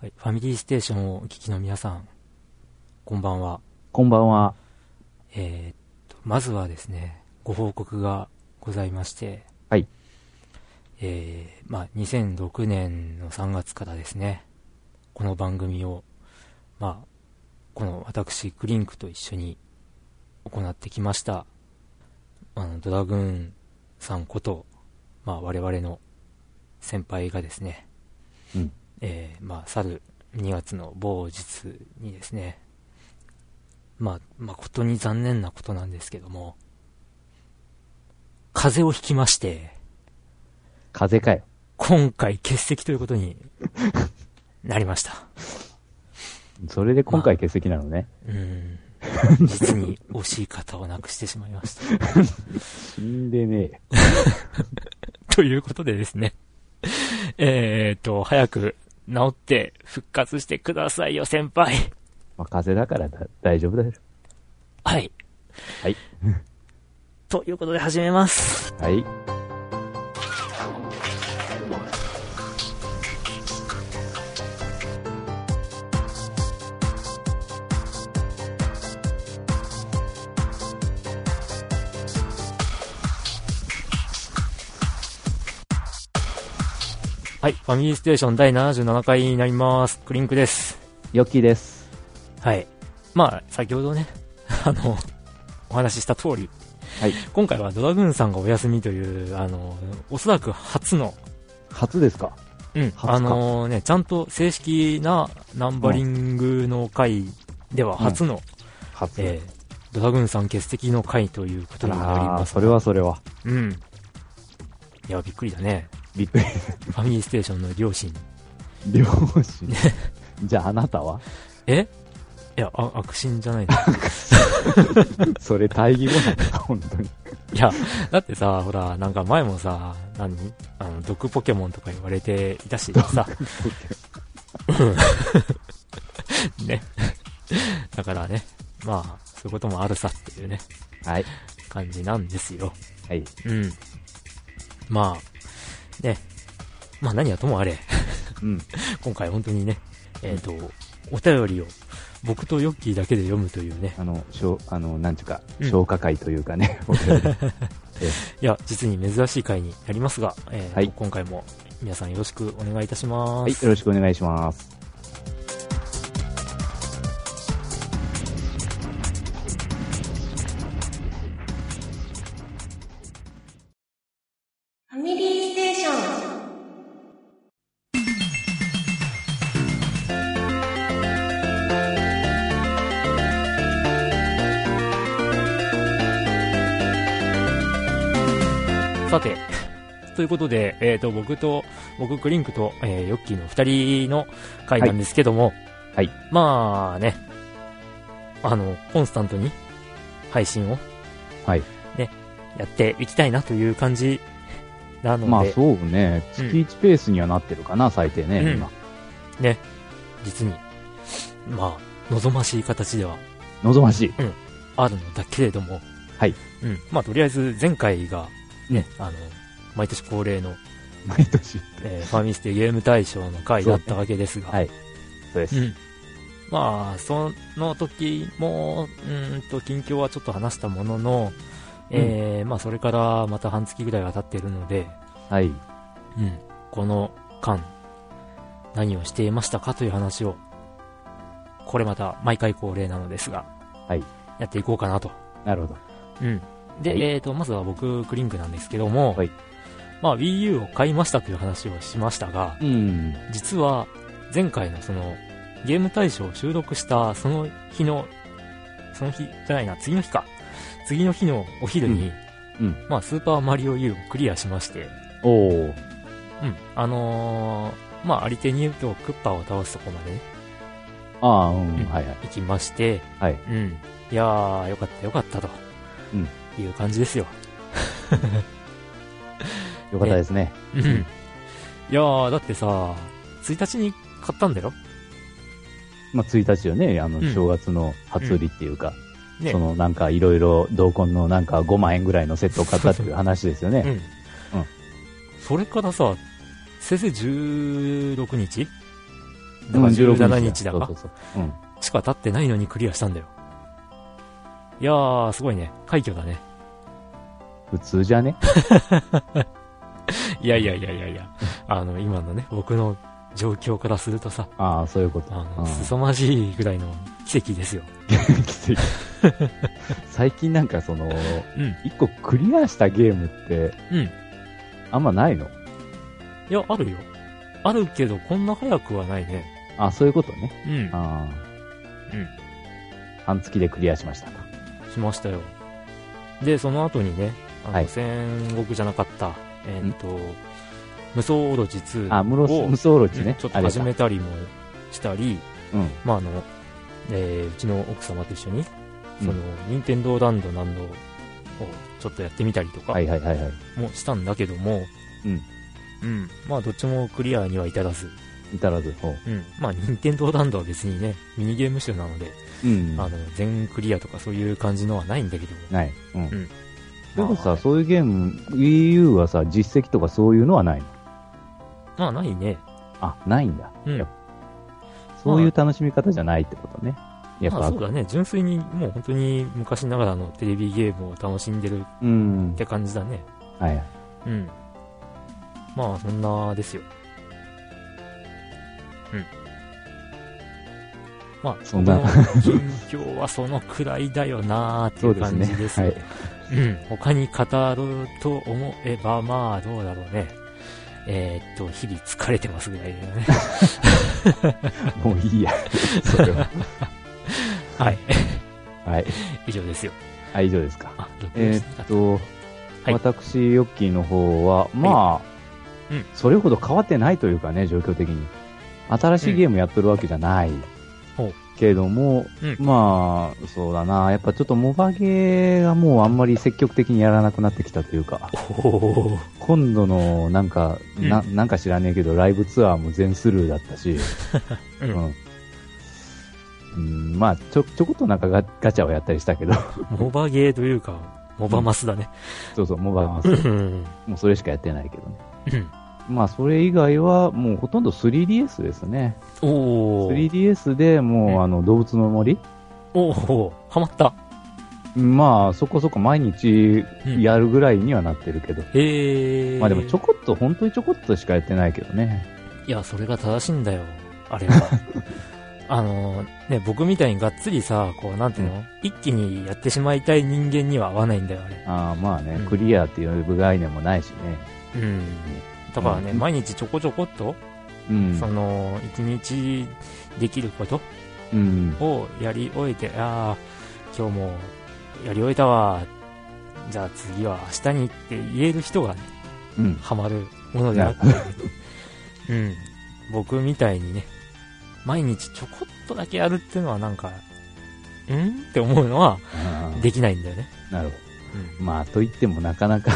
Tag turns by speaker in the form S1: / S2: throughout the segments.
S1: はい、ファミリーステーションをお聞きの皆さん、こんばんは。
S2: こんばんは。
S1: えーっと、まずはですね、ご報告がございまして、
S2: はい。
S1: えーまあ、2006年の3月からですね、この番組を、まあ、この私、クリンクと一緒に行ってきました、あの、ドラグーンさんこと、まあ、我々の先輩がですね、
S2: うん
S1: えーまあ、去る2月の某日にですね、まあ、誠に残念なことなんですけども、風邪をひきまして、
S2: 風邪かよ。
S1: 今回欠席ということ になりました。
S2: それで今回欠席なのね。
S1: うん。実に惜しい方を亡くしてしまいました。
S2: 死んでねえ。
S1: ということでですね。えーと、早く治って復活してくださいよ、先輩。
S2: まあ、風邪だからだ大丈夫だよ。
S1: はい。
S2: はい。
S1: ということで始めます。
S2: はい。
S1: はい。ファミリーステーション第77回になります。クリンクです。
S2: よっきーです。
S1: はい。まあ、先ほどね、 あの、お話しした通り、
S2: はい
S1: 今回はドラグーンさんがお休みという、あの、おそらく初の、
S2: 初ですか
S1: うん、
S2: 初か
S1: あのね、ちゃんと正式なナンバリングの回では初の、
S2: 初。
S1: えードラグーンさん欠席の回ということになり
S2: あ
S1: ま
S2: あ、
S1: す。
S2: それはそれは。
S1: うん。いや、びっくりだね。
S2: びっくり。
S1: ファミリーステーションの両親。
S2: 両親。 じゃああなたは
S1: えいや、あ、悪心じゃないの
S2: それ大義語なんだ、本当に。
S1: いや、だってさ、ほら、なんか前もさ、何あの、毒ポケモンとか言われていたしさ、ね。だからね、まあ、そういうこともあるさっていうね、
S2: はい。
S1: 感じなんですよ。
S2: はい。
S1: うん。まあ、ね。まあ何はともあれ、
S2: うん。
S1: 今回本当にね、えっ、と、お便りを僕とヨッキーだけで読むというね、
S2: あの、しょう、あの、なんちゅうか、
S1: うん
S2: 消化会というか ね。お便り
S1: いや、実に珍しい回になりますが、えーと
S2: はい
S1: 今回も皆さんよろしくお願いいたします。
S2: はい。よろしくお願いします。
S3: ファミリーステーション。
S1: さて、 ということで、えっ、と、僕と、僕、クリンクと、えーヨッキーの二人の回なんですけども、
S2: はいはい
S1: まあね、あの、コンスタントに配信を
S2: はい。
S1: やっていきたいなという感じなので、
S2: まあそうね。月1ペースにはなってるかな、最低
S1: うん
S2: ね、今。
S1: 実に、まあ、望ましい形では
S2: 望ましい。
S1: あるのだけれども、
S2: はい。
S1: うん。まあ、とりあえず前回が、ね、あの、毎年恒例の、
S2: 毎年。
S1: えーファミステゲーム大賞の回だったわけですが、
S2: はいそうです。
S1: うん、まあその時もうーんと近況はちょっと話したものの、えーまあ、それからまた半月ぐらいが経っているので、
S2: はい。
S1: うん、この間何をしていましたかという話をこれまた毎回恒例なのですが、
S2: はい
S1: やっていこうかなと、
S2: なるほど。
S1: うんで
S2: はい
S1: えー、とまずは僕クリンクなんですけども、
S2: はい
S1: まあ、WiiU を買いましたという話をしましたが、
S2: うん。
S1: 実は前回のそのゲーム大賞を収録したその日のその日じゃないな次の日か次の日のお昼に、
S2: うんうん
S1: まあ、スーパーマリオ U をクリアしまして、
S2: おお。
S1: うん、あのーまああり手に言うとクッパを倒すとこまでね
S2: ああ、うん
S1: うん、
S2: はいはい。
S1: 行きまして、
S2: はい
S1: うん、いやーよかったよかったと、
S2: うん
S1: いう感じですよ、
S2: よかったですね。
S1: うん、いやーだってさ1日に買ったんだよ
S2: まあ、1日よね、あの、
S1: うん
S2: 正月の初売りっていうか、
S1: ね
S2: その、なんか、いろいろ、同梱のなんか5万円ぐらいのセットを買ったっていう話ですよね。
S1: うん。それからさ、先生16日だから17日だ
S2: そう
S1: か
S2: そうそう。うん。
S1: しか経ってないのにクリアしたんだよ。いやー、すごいね。快挙だね。
S2: 普通じゃね
S1: いやいやいやいや いや、あの、今のね、僕の状況からするとさ、
S2: ああ、そういうこと。
S1: あ
S2: う
S1: の、
S2: ん
S1: 凄まじいぐらいの奇跡ですよ。
S2: 奇跡 最近なんかその、
S1: うん。
S2: 一個クリアしたゲームって、
S1: うん。い
S2: あんまないの
S1: や、あるよ。あるけど、こんな早くはないね。
S2: あそういうことね。
S1: うん。
S2: ああ。
S1: うん。
S2: 半月でクリアしましたか。
S1: しましたよ。で、その後にね、あの、
S2: はい
S1: 戦国じゃなかった、えーっ、と、無双オロチ2
S2: あ、ムロス、
S1: を
S2: ムソオロチ
S1: うん
S2: ね。
S1: ちょっ
S2: あ
S1: と
S2: れ
S1: 始
S2: か
S1: めたりもしたり、
S2: うん。
S1: まああの、えーうちの奥様と一緒に、
S2: うん
S1: その、任天堂ランドなんのをちょっとやってみたりとか
S2: はいはいはいはい。
S1: もしたんだけども、
S2: うん
S1: うんまあどっちもクリアには至らず、
S2: 至らず。ほう
S1: うん、まあ任天堂ランドは別にね、ミニゲーム集なので、
S2: うん。
S1: あの、全クリアとかそういう感じのはないんだけども、
S2: ない。うん。
S1: ん
S2: でも
S1: ま
S2: さ、
S1: あ
S2: そういうゲーム、EU はさ、実績とかそういうのはないの
S1: まあないね。
S2: あ、ないんだ。
S1: うん。
S2: そういう楽しみ方じゃないってことね。やっ
S1: まあ
S2: ぱ、
S1: そうだね、純粋にもう本当に昔ながらのテレビゲームを楽しんでるっ
S2: うん。
S1: て感じだね。
S2: はいはい。
S1: うん。まあ、そんなですよ。うん。 まあ、
S2: そんな
S1: 僕の近況はそのくらいだよなーっていう感じですね。
S2: そうですね
S1: うん。他に語ると思えば、まあ、どうだろうね。えーっと、日々疲れてますぐらいだよ ね。
S2: もうい いや。それは。
S1: はい。
S2: はい。
S1: 以上ですよ。
S2: あ、以上ですか。
S1: あ、録音
S2: え
S1: してなか
S2: ー
S1: っ。
S2: ったと、
S1: はい
S2: 私、ヨッキーの方は、まあ、
S1: うん
S2: それほど変わってないというかね、状況的に。新しいゲームやってるわけじゃない。
S1: ほう
S2: けれども、
S1: うん
S2: まあ、そうだな。やっぱちょっとモバゲーがもうあんまり積極的にやらなくなってきたというか、
S1: おー
S2: 今度のなんか、な
S1: うん
S2: なんか知らねえけど、ライブツアーも全スルーだっ たし、
S1: う。
S2: うんん。うん、まあ、ちょ、ちょこっとなんかガガチャはやったりしたけど、
S1: モバゲーというか、モバマスだね。
S2: そうそう、モバは
S1: うん。うん
S2: もうそれしかやってないけど
S1: う
S2: ね。
S1: ん。
S2: まあ、それ以外は、もうほとんど 3DS ですね。
S1: おー。
S2: 3DS でも
S1: うん
S2: う、あの、動物の森
S1: おおハマった。
S2: まあ、そこそこ毎日
S1: うん
S2: やるぐらいにはなってるけど。
S1: へえ。
S2: まあでも、ちょこっと、本当にちょこっとしかやってないけどね。
S1: いや、それが正しいんだよ。あれ は。あのね、僕みたいにがっつりさ、こう、なんていうの、一気にやってしまいたい人間には合わないんだよ、あれ。
S2: ああ、まあね、
S1: うん
S2: クリアっていう概念もないしね。
S1: うん。だからね、
S2: うん
S1: 毎日ちょこちょこっと、
S2: うん
S1: そ。の、一日できること
S2: うん。
S1: をやり終えて、ああ、今日もやり終えたわ。じゃあ次は明日にって言える人がね、
S2: うん。
S1: ハマるものであって、うん、僕みたいにね、毎日ちょこっとだけやるっていうのはなんか、んって思うのは
S2: あー
S1: できないんだよね。
S2: なるほど。まあ、といってもなかなか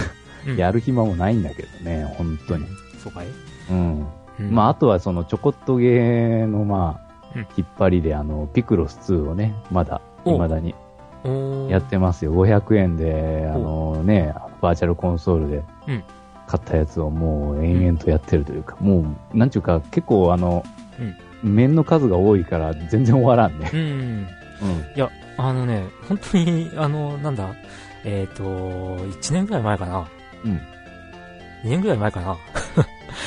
S1: うん、
S2: や
S1: る
S2: る暇もないんだけどね、本当に。。
S1: そうかい、
S2: うん。
S1: うん
S2: まあ、あとはそのちょこっとゲーの、まあ
S1: うん、
S2: 引っ張りで、あの、ピクロス2をね、まだ、
S1: お
S2: 未だに
S1: おー
S2: やってますよ。500円で、あのね、バーチャルコンソールで
S1: うん、
S2: 買ったやつをもう延々とやってるというか、もう、なんちゅうか、結構あの、面の数が多いから全然終わらんね。
S1: うん。
S2: うん。
S1: いや、あのね、本当に、あの、なんだ、えっ、と、1年ぐらい前かな。
S2: うん。
S1: 2年ぐらい前かな。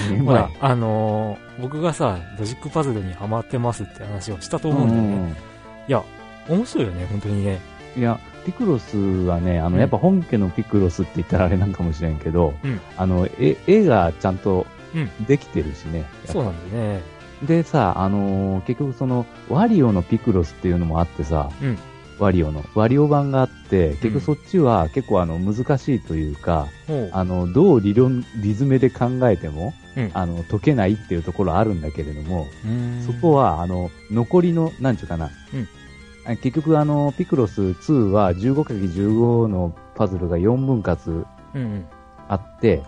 S2: 年
S1: ほら、あのー僕がさ、ロジックパズルにハマってますって話をしたと思うんだよね。いや、面白いよね、本当にね。
S2: いや、ピクロスはね、あ
S1: うん
S2: の、やっぱ本家のピクロスって言ったらあれなんかもしれんけど、
S1: うん
S2: あの、絵、絵がちゃんと
S1: う
S2: できてるしね。
S1: そうなんだよね。
S2: でさ、あのー結局その、ワリオのピクロスっていうのもあってさ、
S1: うん
S2: ワリオの、ワリオ版があって、結局そっちは結構あの、難しいというか、
S1: もう、
S2: あの、どう理論、理詰めで考えても、
S1: うん
S2: あの、解けないっていうところあるんだけれども、
S1: うーん
S2: そこは、あの、残りの、なんちゅうかな。
S1: うん
S2: あ結局、あの、ピクロス2は 15×15 のパズルが4分割
S1: うんうん。
S2: あって、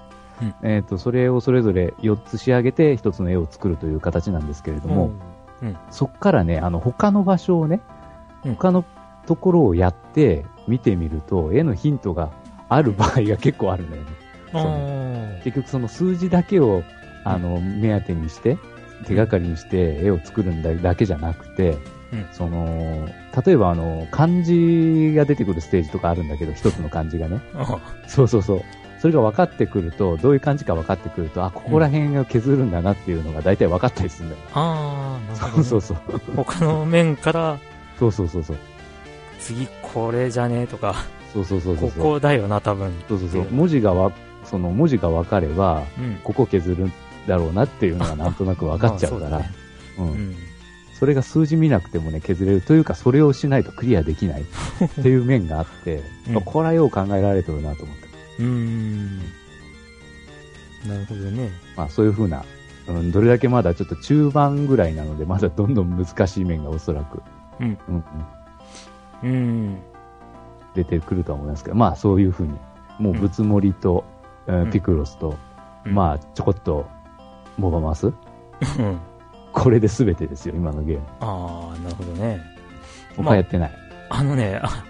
S2: えっ、と、それをそれぞれ4つ仕上げて1つの絵を作るという形なんですけれども、そっからね、あの、他の場所をね、
S1: うん
S2: 他のところをやって見てみると、絵のヒントがある場合が結構あるんだよね。
S1: うん、あー
S2: 結局その数字だけを、あの、目当てにして、手がかりにして絵を作るんだだけじゃなくて、
S1: うん
S2: その例えばあの漢字が出てくるステージとかあるんだけど一つの漢字がね
S1: あ
S2: そうそうそうそれが分かってくるとどういう漢字か分かってくるとあここら辺が削るんだなっていうのが大体分かったりするんだよ、
S1: あー、なるほど、ね。
S2: そうそうそう
S1: 他の面から、
S2: そうそうそうそう
S1: 次これじゃねえとか、
S2: そうそうそうそう
S1: ここだよな、多分。
S2: そうそうそう文字がわその文字が分かれば
S1: うん。
S2: ここ削るんだろうなっていうのがなんとなく分かっちゃうか
S1: ま
S2: ら、
S1: あそうだね
S2: う、
S1: うんん。
S2: それが数字見なくてもね削れるというかそれをしないとクリアでき ないっていう面があって、
S1: うん
S2: まあこれはよう考えられてるなと思って、
S1: うーん。なるほどね。
S2: まあ、そういうふうな、うん、どれだけまだちょっと中盤ぐらいなのでまだどんどん難しい面がおそらく、
S1: うん
S2: うん、
S1: うん。
S2: 出てくるとは思いますけどまあそういうふうにもうぶつもりと、えーピクロスと、ま
S1: あ。
S2: あちょこっとモバマス
S1: うん。
S2: これで全てですよ今のゲーム
S1: ああ、なるほどね。ま
S2: 他
S1: あ
S2: やってない、
S1: あのね、あ、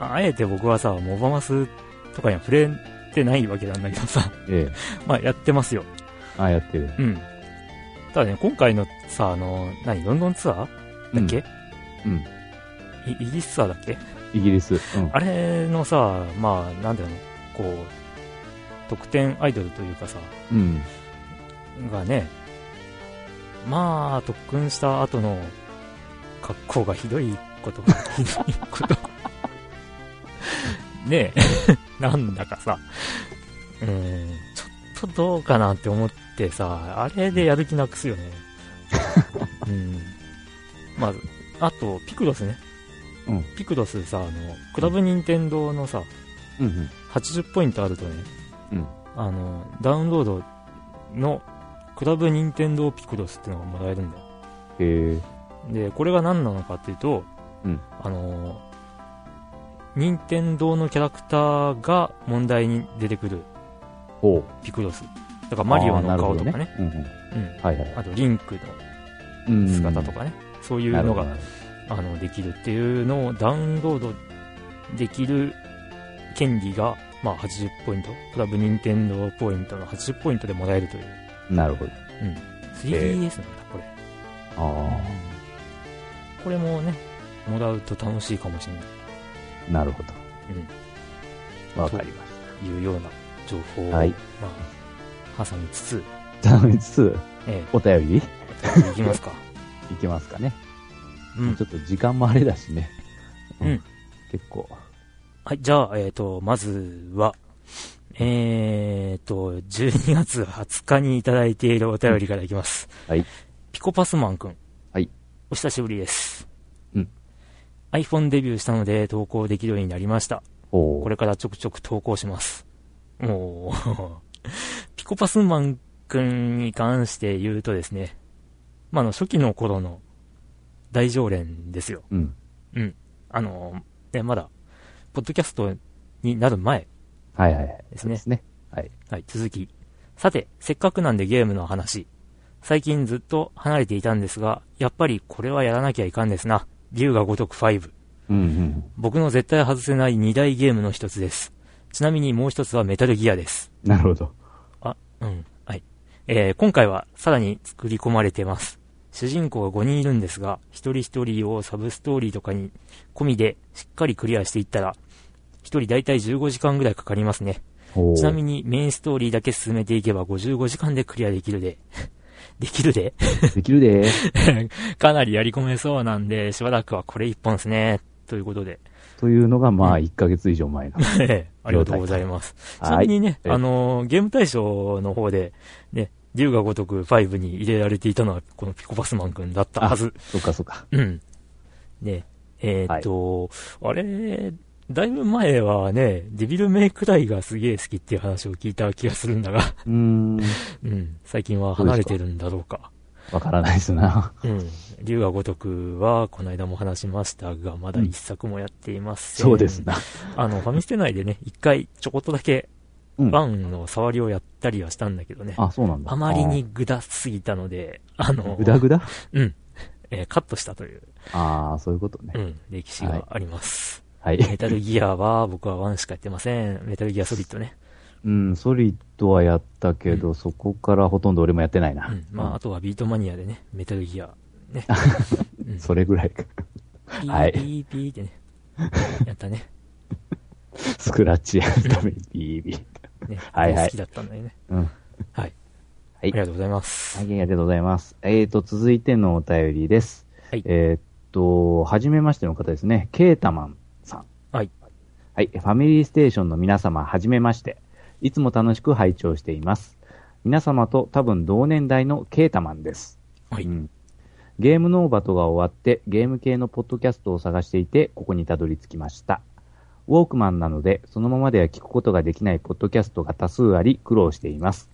S1: あえて僕はさ、モバマスとかには触れてないわけなんだけどさ、
S2: ええ
S1: まあやってますよ。
S2: ああやってる
S1: うん。ただね、今回のさ、あの、何、ロンドンツアーだっけ、
S2: うんうん
S1: いイギリスツアーだっけ
S2: イギリス、うん、
S1: あれのさ、まあ、なんだろうの、こう、得点アイドルというかさ、
S2: うん
S1: がね、まあ、特訓した後の格好がひどいことが、ひどいこと。 ねえ、 なんだかさ、うん、ちょっとどうかなって思ってさ、あれでやる気なくすよね。うん。まあ、あと、ピクロスね。
S2: うん
S1: ピクロスさ、あの、クラブ任天堂のさ、
S2: うんうん
S1: 80ポイントあるとね、
S2: うん
S1: あのダウンロードのクラブ任天堂ピクロスってのがもらえるんだよ
S2: へえ
S1: でこれが何なのかっていうと、
S2: うん
S1: あの任天堂のキャラクターが問題に出てくる
S2: ほう
S1: ピクロスだからマリオの顔とかね
S2: あーなるほどね
S1: うん
S2: うんうん、はいはい
S1: あとリンク
S2: うん
S1: の姿とかね、そういうのがあのできるっていうのをダウンロードできる権利が、まあ、80ポイントクラブ任天堂ポイントの80ポイントでもらえるという
S2: なるほど。
S1: 3DS なんだこれ、
S2: あ
S1: これもねもらうと楽しいかもしれない
S2: あ、なるほど。わ、
S1: と
S2: かりまし
S1: というような情報を、
S2: はい
S1: まあ、挟みつつ、
S2: た。頼みつつ、
S1: え
S2: お便り
S1: え、いき ますか
S2: いきますかね。
S1: うん
S2: ちょっと時間もあれだしね。
S1: うん。
S2: 結構。
S1: はい、じゃあ、えっ、と、まずは、えっ、と、12月20日にいただいているお便りからいきます。
S2: はい。
S1: ピコパスマンくん。
S2: はい。
S1: お久しぶりです。
S2: うん。
S1: iPhone デビューしたので投稿できるようになりました。
S2: お
S1: こ
S2: れ。
S1: れからちょくちょく投稿します。もう、 ピコパスマンくんに関して言うとですね、まあ、あの、初期の頃の大常連ですよ。
S2: うん。
S1: あの、ね、まだ、ポッドキャストになる前
S2: はいはいはい。
S1: ですね
S2: で。すね。
S1: はい、続き。さて、せっかくなんでゲームの話。最近ずっと離れていたんですが、やっぱりこれはやらなきゃいかんですな。竜が如く5。
S2: うんうん。
S1: 僕の絶対外せない2大ゲームの一つです。ちなみにもう一つはメタルギアです。
S2: なるほど。
S1: あ、うん、はい。えー今回はさらに作り込まれてます。主人公が5人いるんですが、一人一人をサブストーリーとかに込みでしっかりクリアしていったら、一人だいたい15時間ぐらいかかりますね。
S2: おー
S1: ちなみにメインストーリーだけ進めていけば55時間でクリアできるで、 できるで
S2: できるでー。
S1: かなりやり込めそうなんで、しばらくはこれ一本ですね。ということで、
S2: というのが、まあ、1ヶ月以上前の。
S1: ありがとうございます。ちな
S2: は
S1: み
S2: い。
S1: にね、
S2: はい
S1: あのーゲーム大賞の方で、ね、竜が如く5に入れられていたのは、このピコパスマン君だったはず。
S2: そっかそっか。
S1: うん。ね、えーっと、あれ、だいぶ前はね、デビルメイクライがすげえ好きっていう話を聞いた気がするんだが、
S2: うーん。
S1: うん、最近は離れてるんだろうか。
S2: わからないですな。
S1: うん。竜が如くは、この間も話しましたが、まだ一作もやっていません。
S2: そうです。な。
S1: あの、ファミステ内でね、一回ちょこっとだけ、
S2: うん。
S1: バンの触りをやったりはしたんだけどね。
S2: あ、そうなんだ。
S1: あまりにグダすぎたので、あ
S2: あー。
S1: の
S2: ぐ、だぐだ
S1: うん。えーカットしたという、
S2: ああ、そういうことね
S1: う。ん、歴史があります。
S2: はい。
S1: メタルギアは、僕は1しかやってません。メタルギアソリッドね。
S2: うん、ソリッドはやったけど、
S1: うん
S2: そこからほとんど俺もやってないな。
S1: うんまあ、あとはビートマニアでね、メタルギア、 ね。うん
S2: それぐらいか。
S1: ピ
S2: は
S1: ー
S2: い
S1: ピーピーってね、やったね。
S2: スクラッチやるためにビービー。
S1: ね
S2: はいはい
S1: 好きだったんだよね。
S2: うん。はい、
S1: はい。
S2: はい
S1: ありがとうございます。
S2: ありがとうございます。えーと、続いてのお便りです。
S1: はい
S2: えーっと、はじめましての方ですね。ケータマンさん。
S1: はい。
S2: はい、ファミリーステーションの皆様、はじめまして。いつも楽しく拝聴しています。皆様と多分同年代のケータマンです。。
S1: はいう
S2: ん、ゲームノーバトが終わって、ゲーム系のポッドキャストを探していて、ここにたどり着きました。ウォークマンなので、そのままでは聞くことができないポッドキャストが多数あり、苦労しています。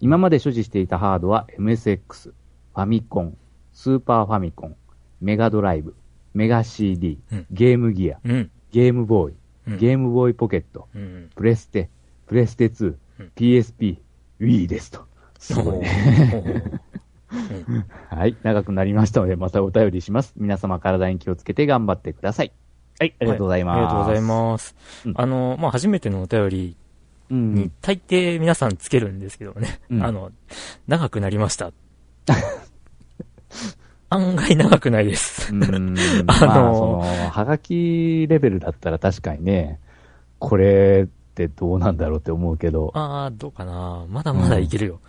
S2: 今まで所持していたハードは MSX、ファミコン、スーパーファミコン、メガドライブ、メガ CD
S1: うん、
S2: ゲームギア、
S1: うん。
S2: ゲームボーイ、
S1: うん
S2: ゲームボーイポケット、
S1: うん。
S2: プレステ、プレステ2、
S1: うん
S2: PSP、Wii ですと。すごいね。
S1: ね。
S2: はい。長くなりましたので、またお便りします。皆様体に気をつけて頑張ってください。はい。ありがとうございます。
S1: ありがとうございます
S2: うん。
S1: あの、まあ、初めてのお便り
S2: す。うん。
S1: に、大抵皆さんつけるんですけどね。
S2: うん
S1: あの、長くなりました。 案外長くないです。
S2: うん。 ま
S1: あ
S2: あ、
S1: の
S2: その、はがきレベルだったら確かにね、これってどうなんだろうって思うけど、
S1: あー、どうかな。まだまだいけるよ。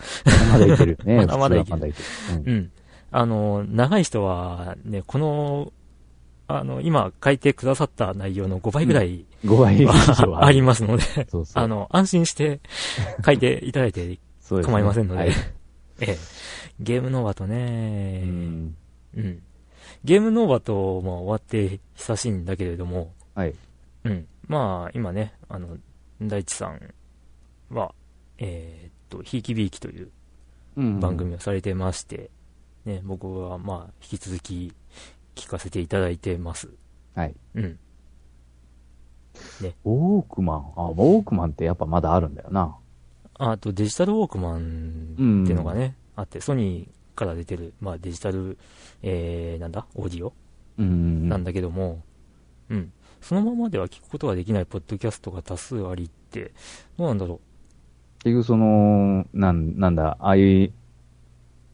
S2: まだいけるよね。
S1: まだまだいける
S2: 普通はまだいける。うん
S1: うん。あの、長い人は、ね、この、あの、今書いてくださった内容の5倍ぐらい
S2: 5倍以上
S1: は
S2: は。
S1: ありますので、
S2: そうそう。
S1: あの、安心して書いていただいて
S2: そうですね、
S1: 構いませんの
S2: は
S1: で
S2: い、
S1: ええゲームノーバとね、
S2: うん
S1: うん。ゲームノーバとも終わって久しいんだけれども、
S2: はい。
S1: うん。まあ、今ね、あの、大地さんは、えーっと、ひいきびいきという
S2: うん
S1: 番組をされてまして、ね、僕はまあ、引き続き聞かせていただいてます。
S2: はい。
S1: うん。
S2: ウォークマン。あ、ウォークマンってやっぱまだあるんだよな。
S1: あと、デジタルウォークマンっていうのがね、あって、ソニーから出てる、まあ、デジタル、えー、なんだ、オーディオ
S2: うん
S1: なんだけども、うん、そのままでは聞くことができないポッドキャストが多数ありって、どうなんだろ
S2: 結局その、なん、なんだ、ああいう、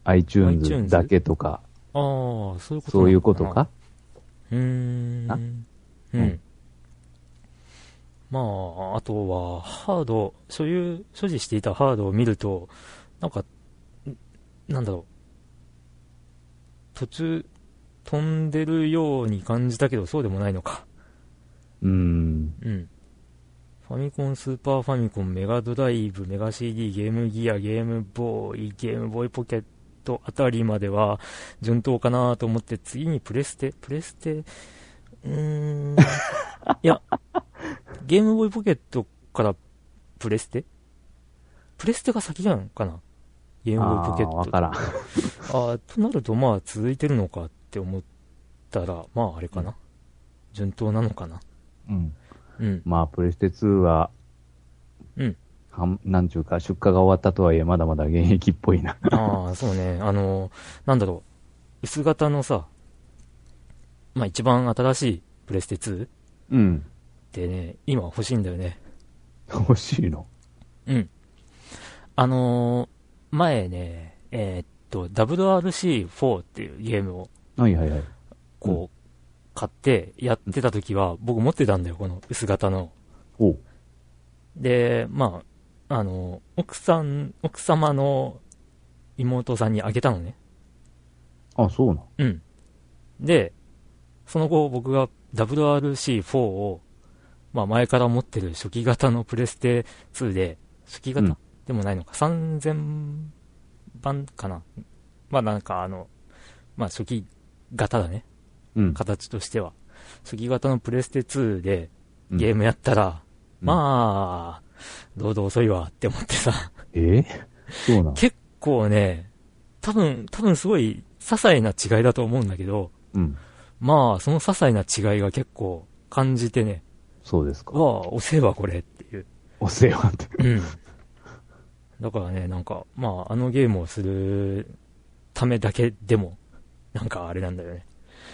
S2: iTunes
S1: iTunes？
S2: だけとか、
S1: う。ああ、そういうこと
S2: そう
S1: ないの
S2: うこと
S1: な
S2: か。
S1: うーん
S2: あ。
S1: う
S2: うん
S1: ん。まあ、あとは、ハード、所有、所持していたハードを見ると、なんか、んなんだろう。途中、飛んでるように感じたけど、そうでもないのか。
S2: うん。
S1: うん。ファミコン、スーパーファミコン、メガドライブ、メガ CD、ゲームギア、ゲームボーイ、ゲームボーイポケットあたりまでは順当かなと思って、次にプレステ、プレステ、う ーん、いや、ゲームボーイポケットからプレステプレステが先じゃんかなゲームボーイポケッ
S2: あー
S1: ト。
S2: わからん。
S1: あーとなると、まあ、続いてるのかって思ったら、まあ、あれかな順当なのかな
S2: うん。
S1: うん。
S2: まあ、プレステ2は、
S1: うん。
S2: はん、なんちゅうか、出荷が終わったとはいえ、まだまだ現役っぽいな。
S1: ああ、そうね。あの、なんだろう。薄型のさ、まあ、一番新しいプレステ2っ
S2: うん。
S1: てね、今欲しいんだよね。
S2: 欲しいの。
S1: うん。あのー前ね、えーっと、WRC4 っていうゲームを、
S2: はいはいはい。
S1: こう、
S2: う
S1: 買ってやってた時は、僕持ってたんだよ、この薄型の。
S2: おう
S1: で、まあ、あの、奥さん、奥様の妹さんにあげたのね。
S2: あ、そうなの。
S1: うん。で、その後僕が WRC4 を、まあ前から持ってる初期型のプレステ2で、初期型、
S2: うん
S1: でもないのか、3000番かな。まあなんかあの、まあ初期型だね、
S2: うん。
S1: 形としては。初期型のプレステ2で
S2: うん
S1: ゲームやったら、
S2: うん
S1: まあ、どうぞ遅いわって思ってさ。
S2: えそうなの。
S1: 結構ね、多分、多分すごい些細な違いだと思うんだけど、
S2: うん。
S1: まあ、その些細な違いが結構感じてね、
S2: そうですか。
S1: わあ、押せばこれっていう。
S2: お世話って。
S1: うん。だからね、なんか、まあ、あのゲームをするためだけでも、なんかあれなんだよね。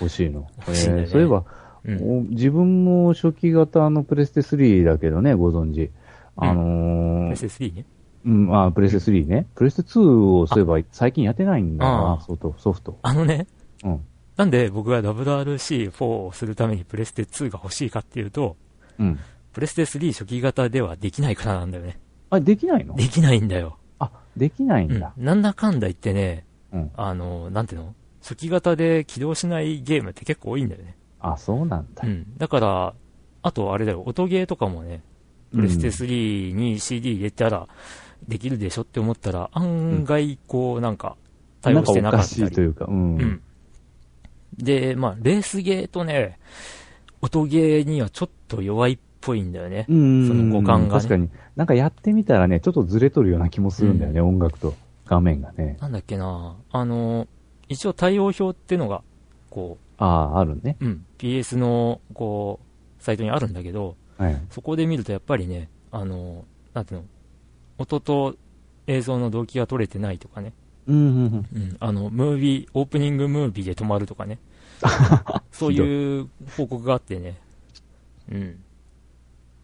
S2: 欲しいの。え
S1: 欲しいんだよね
S2: ーそういえば、
S1: うん。
S2: お自分も初期型のプレステ3だけどね、ご存知。あのー
S1: ステ3ね。
S2: うん、あ、プレステ3ね。プレステ2をそういえば最近やってないんだよ
S1: あ
S2: な、ソフト。ソフト。
S1: あのね、
S2: うん。
S1: なんで僕が WRC4 をするためにプレステ2が欲しいかっていうと、
S2: うん。
S1: プレステ3初期型ではできないからなんだよね。
S2: あ、できないの
S1: できないんだよ。
S2: あ、できないんだ。
S1: うんなんだかんだ言ってね、
S2: うん。
S1: あの、なんていうの初期型で起動しないゲームって結構多いんだよね。
S2: あ、そうなんだ
S1: う。ん。だから、あとあれだよ、音ゲーとかもね、プレステ3に CD 入れたら、できるでしょって思ったら、案外、こう、なんか、対応してなかったり。
S2: なんかおかしいというか、うん。
S1: うん。で、まあ、レースゲーとね、音ゲーにはちょっと弱いっぽいんだよね。
S2: うん。
S1: その五感がね
S2: 確かに。なんかやってみたらね、ちょっとずれとるような気もするんだよね、音楽と画面がね。
S1: なんだっけなあの、一応対応表ってのが、こ
S2: ああ、あるね。
S1: う、うん、PS の、こう、サイトにあるんだけど、
S2: はい。
S1: そこで見るとやっぱりね、あの、なんていうの、音と映像の動機が取れてないとかね、
S2: うんうんうん。
S1: うん、あの、ムービー、オープニングムービーで止まるとか ね、そういう報告があってね、うん。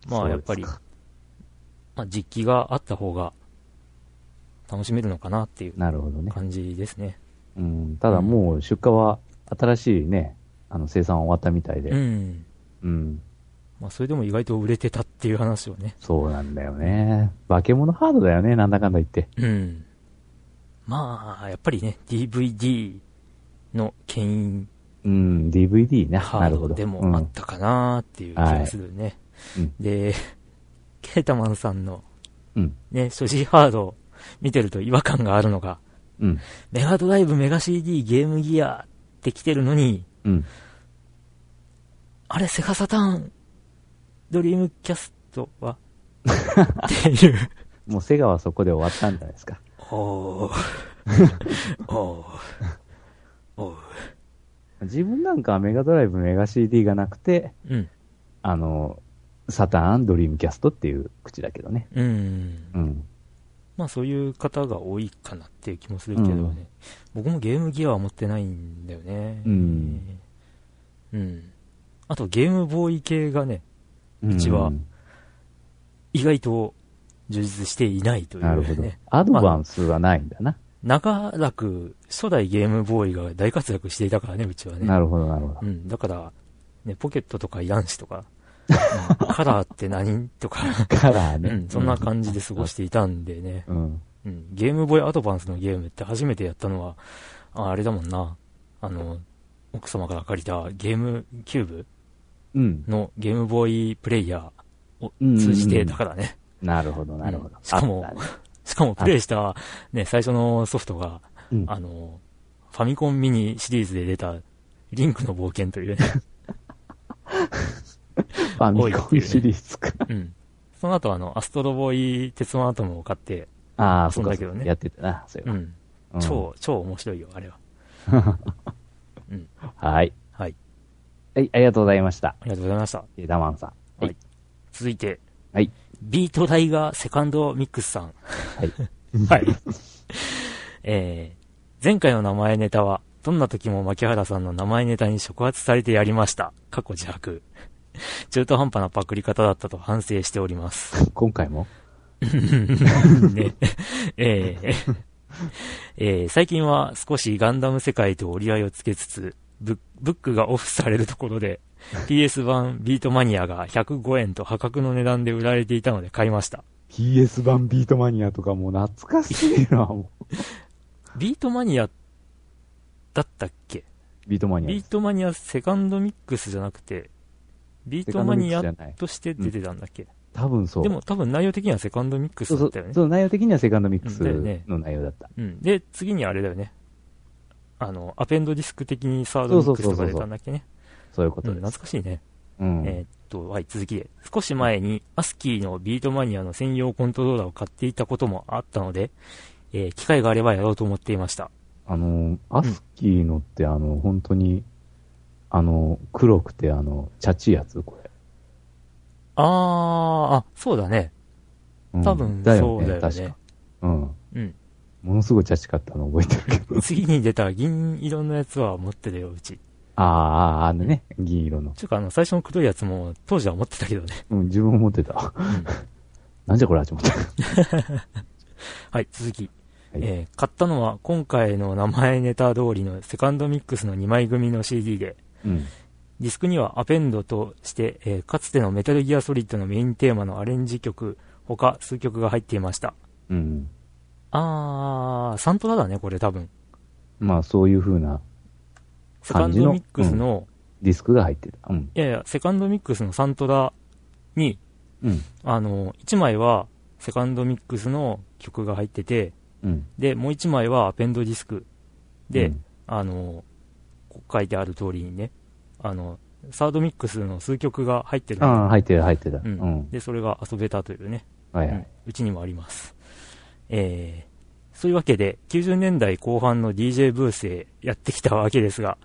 S1: まあやっぱり、
S2: そうですか
S1: まあ実機があった方が楽しめるのかなっていう
S2: なるほどね。
S1: 感じですね。
S2: うん。ただもう出荷は新しいね、あの生産は終わったみたいで。
S1: うん。
S2: うん。
S1: まあそれでも意外と売れてたっていう話をね、
S2: そうなんだよね。化け物ハードだよね、なんだかんだ言って。
S1: うん。まあ、やっぱりね、DVD の牽引
S2: うん、DVD ね。
S1: ハ
S2: な
S1: ー
S2: るほ
S1: ド
S2: ど。
S1: でもあったかなっていう気がするね。
S2: うんはい
S1: で、 ケータマンさんの
S2: うん。
S1: ね、所持ハードを見てると違和感があるのが、
S2: うん。
S1: メガドライブ、メガ CD、ゲームギアって来てるのに、
S2: うん。
S1: あれ、セガサターン、ドリームキャストはっていう。
S2: もうセガはそこで終わったんじゃないですか。
S1: お ー。おー。おー。
S2: 自分なんかはメガドライブ、メガ CD がなくて、
S1: うん。
S2: あの、サターン、ドリームキャストっていう口だけどね。
S1: うん。
S2: うん。
S1: まあそういう方が多いかなっていう気もするけどね。
S2: うん
S1: 僕もゲームギアは持ってないんだよね。
S2: うん。
S1: うん。あとゲームボーイ系がね、
S2: う
S1: ちは意外と充実していないというね。
S2: なるほど。アドバンスはないんだな。
S1: 長らく初代ゲームボーイが大活躍していたからね、うちはね。
S2: なるほど、なるほど
S1: う。ん、だから、ね、ポケットとかいらんしとか、うんカラーって何とか、
S2: カラー
S1: う
S2: ね
S1: ん、。そんな感じで過ごしていたんでね、
S2: うん。
S1: うん、ゲームボーイアドバンスのゲームって初めてやったのは、ああれだもんな、あの、奥様から借りたゲームキューブ
S2: うん。
S1: のゲームボーイプレイヤーを
S2: うん
S1: 通じてだからね、
S2: なるほど、なるほど
S1: うん。しかも
S2: あったね
S1: しかもプレイした、ね、最初のソフトが、
S2: うん
S1: あの、ファミコンミニシリーズで出た、リンクの冒険というね、
S2: ファミコンシリー ズか。
S1: うん。その後、あの、アストロボーイ鉄腕アトムを買って、
S2: ああ、そう
S1: そ
S2: か
S1: うだけどね。
S2: やってたな、そういううんの。
S1: 超、超面白いよ、あれは。うん。
S2: うん。はい。
S1: はい。
S2: はい、ありがとうございました。
S1: ありがとうございました。
S2: ダマンさん。
S1: はい続いて、
S2: はい。
S1: ビートライガーセカンドミックスさん。
S2: はい。
S1: はい。えー、前回の名前ネタは、どんな時も牧原さんの名前ネタに触発されてやりました。過去自白。 中途半端なパクリ方だったと反省しております。
S2: 今回も
S1: ね。ええええ最近は少しガンダム世界と折り合いをつけつつ、ブブックがオフされるところで、PS 版ビートマニアが105円と破格の値段で売られていたので買いました。
S2: PS 版ビートマニアとかもう懐かしいな、も
S1: ビートマニアだったっけ
S2: う。 ビートマニア
S1: ビ
S2: で
S1: ー
S2: す。
S1: トマニアセカンドミックスじゃなくて、ビートマニア
S2: セカンドミックスじゃない。
S1: として出てたんだっけ、
S2: 多分そう。
S1: でも多分内容的にはセカンドミック
S2: そ
S1: ス
S2: うそ
S1: だ
S2: う
S1: ったよね。
S2: そう、内容的にはセカンドミックス
S1: うんだよね
S2: の内容だった。
S1: うん。で、次にあれだよね。あの、アペンドディスク的にサードミックスとか出たんだっけね。
S2: そういうこ
S1: う
S2: と
S1: ん
S2: で
S1: 懐
S2: す。
S1: かしいね。
S2: うん。
S1: えーっと、はい、続きで。少し前に、アスキーのビートマニアの専用コントローラーを買っていたこともあったので、えー機会があればやろうと思っていました。
S2: あの、アスキーのって、あの、本当に、あの、黒くて、あの、チャチいやつ、これ。
S1: あー、あ、そうだね。
S2: うん
S1: 多分
S2: だよ
S1: そうだ
S2: ね、
S1: よね
S2: 確か。うん。
S1: うん。
S2: ものすごいチャチかったの覚えてる けど。
S1: 次に出た銀色のやつは持ってるよ、うち。
S2: ああああ、あのね、銀色の。
S1: ちゅうか、あの、最初の黒いやつも、当時は持ってたけどね。
S2: うん、自分も持ってた。
S1: うん
S2: なんじゃこれはと思った。
S1: はい、続き。
S2: はい
S1: えー買ったのは今回の名前ネタ通りのセカンドミックスの2枚組の CD で、
S2: うん。
S1: ディスクにはアペンドとして、えーかつてのメタルギアソリッドのメインテーマのアレンジ曲、他数曲が入っていました。
S2: うん。
S1: あー、サントラだね、これ多分。
S2: まあ、そういう風な
S1: セカンドミックスの、
S2: ディスクが入ってた。うん。
S1: いやいや、セカンドミックスのサントラに、
S2: うん。
S1: あの、1枚はセカンドミックスの曲が入ってて、
S2: うん。
S1: で、もう1枚はアペンドディスク。で、
S2: うん
S1: あの、こう書いてある通りにね、あの、サードミックスの数曲が入ってるん
S2: あ
S1: だ
S2: あ、入ってた、入ってた。う
S1: うん
S2: ん。
S1: で、それが遊べたというね、
S2: はいうは
S1: ん
S2: い。
S1: うちにもあります。えー、そういうわけで、90年代後半の DJ ブースへやってきたわけですが、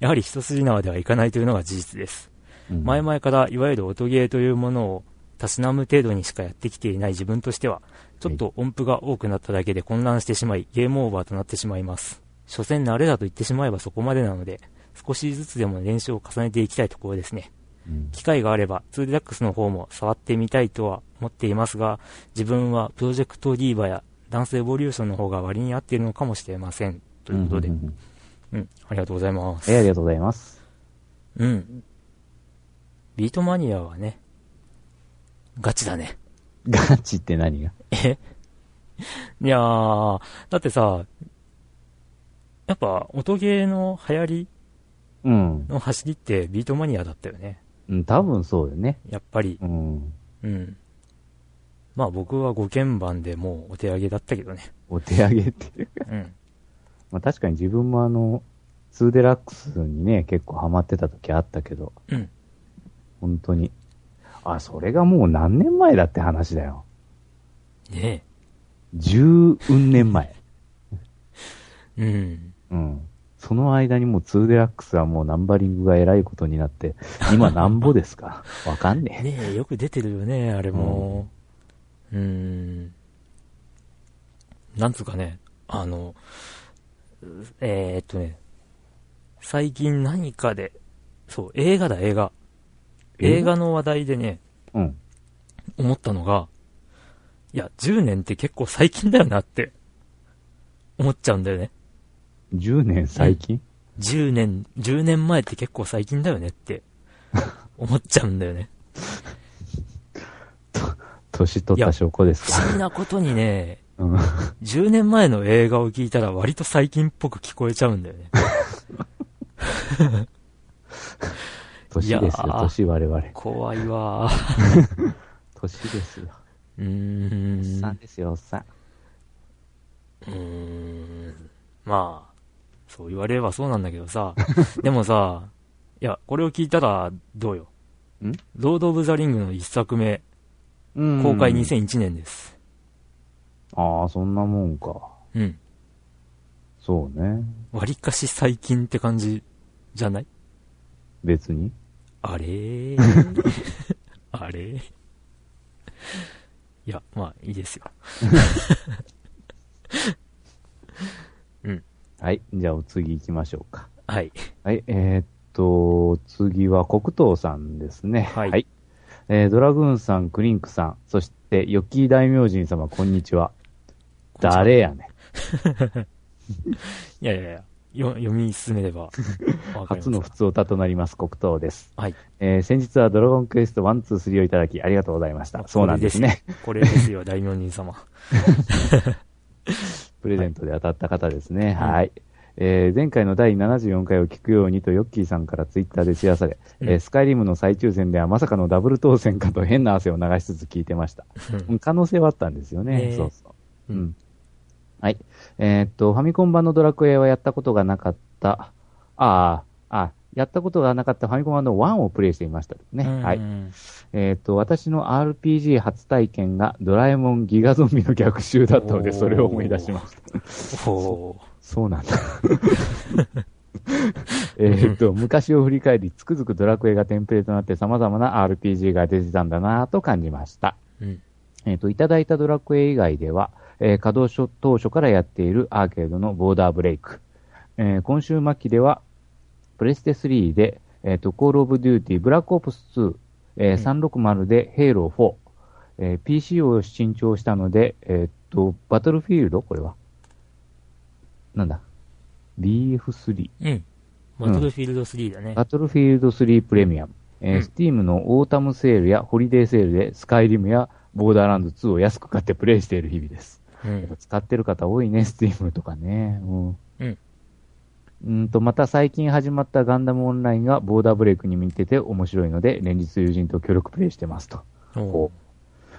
S1: やはり一筋縄ではいかないというのが事実です。
S2: うん
S1: 前々からいわゆる音ゲーというものをたしなむ程度にしかやってきていない自分としては、ちょっと音符が多くなっただけで混乱してしまい、ゲームオーバーとなってしまいます。所詮慣れだと言ってしまえばそこまでなので、少しずつでも練習を重ねていきたいところですね。
S2: うん
S1: 機会があれば、2デラックスの方も触ってみたいとは思っていますが、自分はプロジェクトディーバやダンスエボリューションの方が割に合っているのかもしれません。ということで、
S2: ん
S1: うん
S2: んん
S1: ありがとうございます。
S2: えありがとうございます。
S1: うん。ビートマニアはね、ガチだね。
S2: ガチって何が
S1: え いやー、だってさ、やっぱ音ゲーの流行り
S2: うん。
S1: の走りってビートマニアだったよね。
S2: うん、多分そうよね。
S1: やっぱり。
S2: うん。
S1: うん。まあ僕は5鍵盤でもうお手上げだったけどね。
S2: お手上げって。
S1: うん。
S2: まあ確かに自分もあの、2デラックスにね、結構ハマってた時あったけど、
S1: うん。
S2: 本当に。あ、それがもう何年前だって話だよ。
S1: ね
S2: 十うん年前。
S1: え。うん。
S2: うん。その間にもう2デラックスはもうナンバリングが偉いことになって、今なんぼで すかわかんね
S1: ねえ、よく出てるよね、あれも。うーん。なんつうかね、あの、えー、っとね、最近何かで、そう、映画だ、映画。
S2: 映
S1: 映
S2: 画
S1: 画の話題でね、
S2: え。うん。
S1: 思ったのが、いや、10年って結構最近だよなって、思っちゃうんだよね。
S2: 10年最近
S1: 10年、10年前って結構最近だよね って、思っちゃうんだよ ね。
S2: 年取った証拠です
S1: 不
S2: か
S1: 思議なことにね、
S2: うん。
S1: 10年前の映画を聞いたら割と最近っぽく聞こえちゃうんだよ ね。い
S2: 年
S1: や
S2: ですよ、
S1: ー
S2: 年我々。
S1: 怖いわー。
S2: 年ですよ。
S1: う
S2: おっ
S1: ーん。
S2: さん
S1: う
S2: ですよ、おっさん。
S1: ーん。まあ、そう言われればそうなんだけど さ。でもさ、いや、これを聞いたらどうよ。
S2: ん
S1: ロード・オブ・ザ・リングの一作目、
S2: うん
S1: 公開。2001年です。
S2: ああ、そんなもんか。
S1: うん。
S2: そうね。
S1: 割かし最近って感じじゃない
S2: 別に。
S1: あれ ーあれーいや、まあ、いいですよ。
S2: はい。じゃあ、お次行きましょうか。
S1: はい。
S2: はい。えーっと、次は黒糖さんですね。
S1: はい
S2: えードラグーンさん、クリンクさん、そして、ヨッキー大明神様、こんにちは。誰やねん。
S1: いやいやいや、よ読み進めれ ばわかります
S2: 初の普通歌となります、黒糖です。
S1: はい。
S2: えー先日はドラゴンクエスト1、2、3をいただき、ありがとうございまし
S1: ま
S2: た。
S1: あ
S2: そうなんですね。。
S1: これですよ、これですよ大名人様。
S2: プレゼントで当たった方ですね。
S1: は
S2: はいい。えー前回の第74回を聞くようにとヨッキーさんからツイッターで知らされ、
S1: うん
S2: えースカイリムの再抽選ではまさかのダブル当選かと変な汗を流しつつ聞いてました。うん可能性はあったんですよね。
S1: ね
S2: そうそう。う
S1: うん
S2: ん。はい。えーっと、ファミコン版のドラクエはやったことがなかった。ああ、あやったことがなかったファミコン版の1をプレイしていましたね。
S1: うん。
S2: はいう
S1: ん
S2: えーっと、私の RPG 初体験がドラえもんギガゾンビの逆襲だったので、
S1: おー
S2: それを思い出しました。
S1: おー
S2: そうなんだ。 えっと、昔を振り返り、つくづくドラクエがテンプレとなって様々な RPG が出てたんだなぁと感じました。
S1: うん。
S2: えっ、と、いただいたドラクエ以外では、えー稼働所当初からやっているアーケードのボーダーブレイク。えー今週末期では、プレステ3で、えっ、と、コールオブデューティー、ブラックオプス2、えー
S1: う
S2: 360でヘイロー4、えー PC を新調したので、えーっと、バトルフィールドこれは。なんだ ?BF3。
S1: うん。バトルフィールド3だね。
S2: バトルフィールド3プレミアム。えー
S1: うん
S2: Steam のオータムセールやホリデーセールで、スカイリムやボーダーランド2を安く買ってプレイしている日々です。
S1: う
S2: やっぱ
S1: ん。
S2: 使ってる方多いね、Steam とかね。うん。
S1: うん。
S2: うんと、また最近始まったガンダムオンラインがボーダーブレイクに見てて面白いので、連日友人と協力プレイしてますと。
S1: おう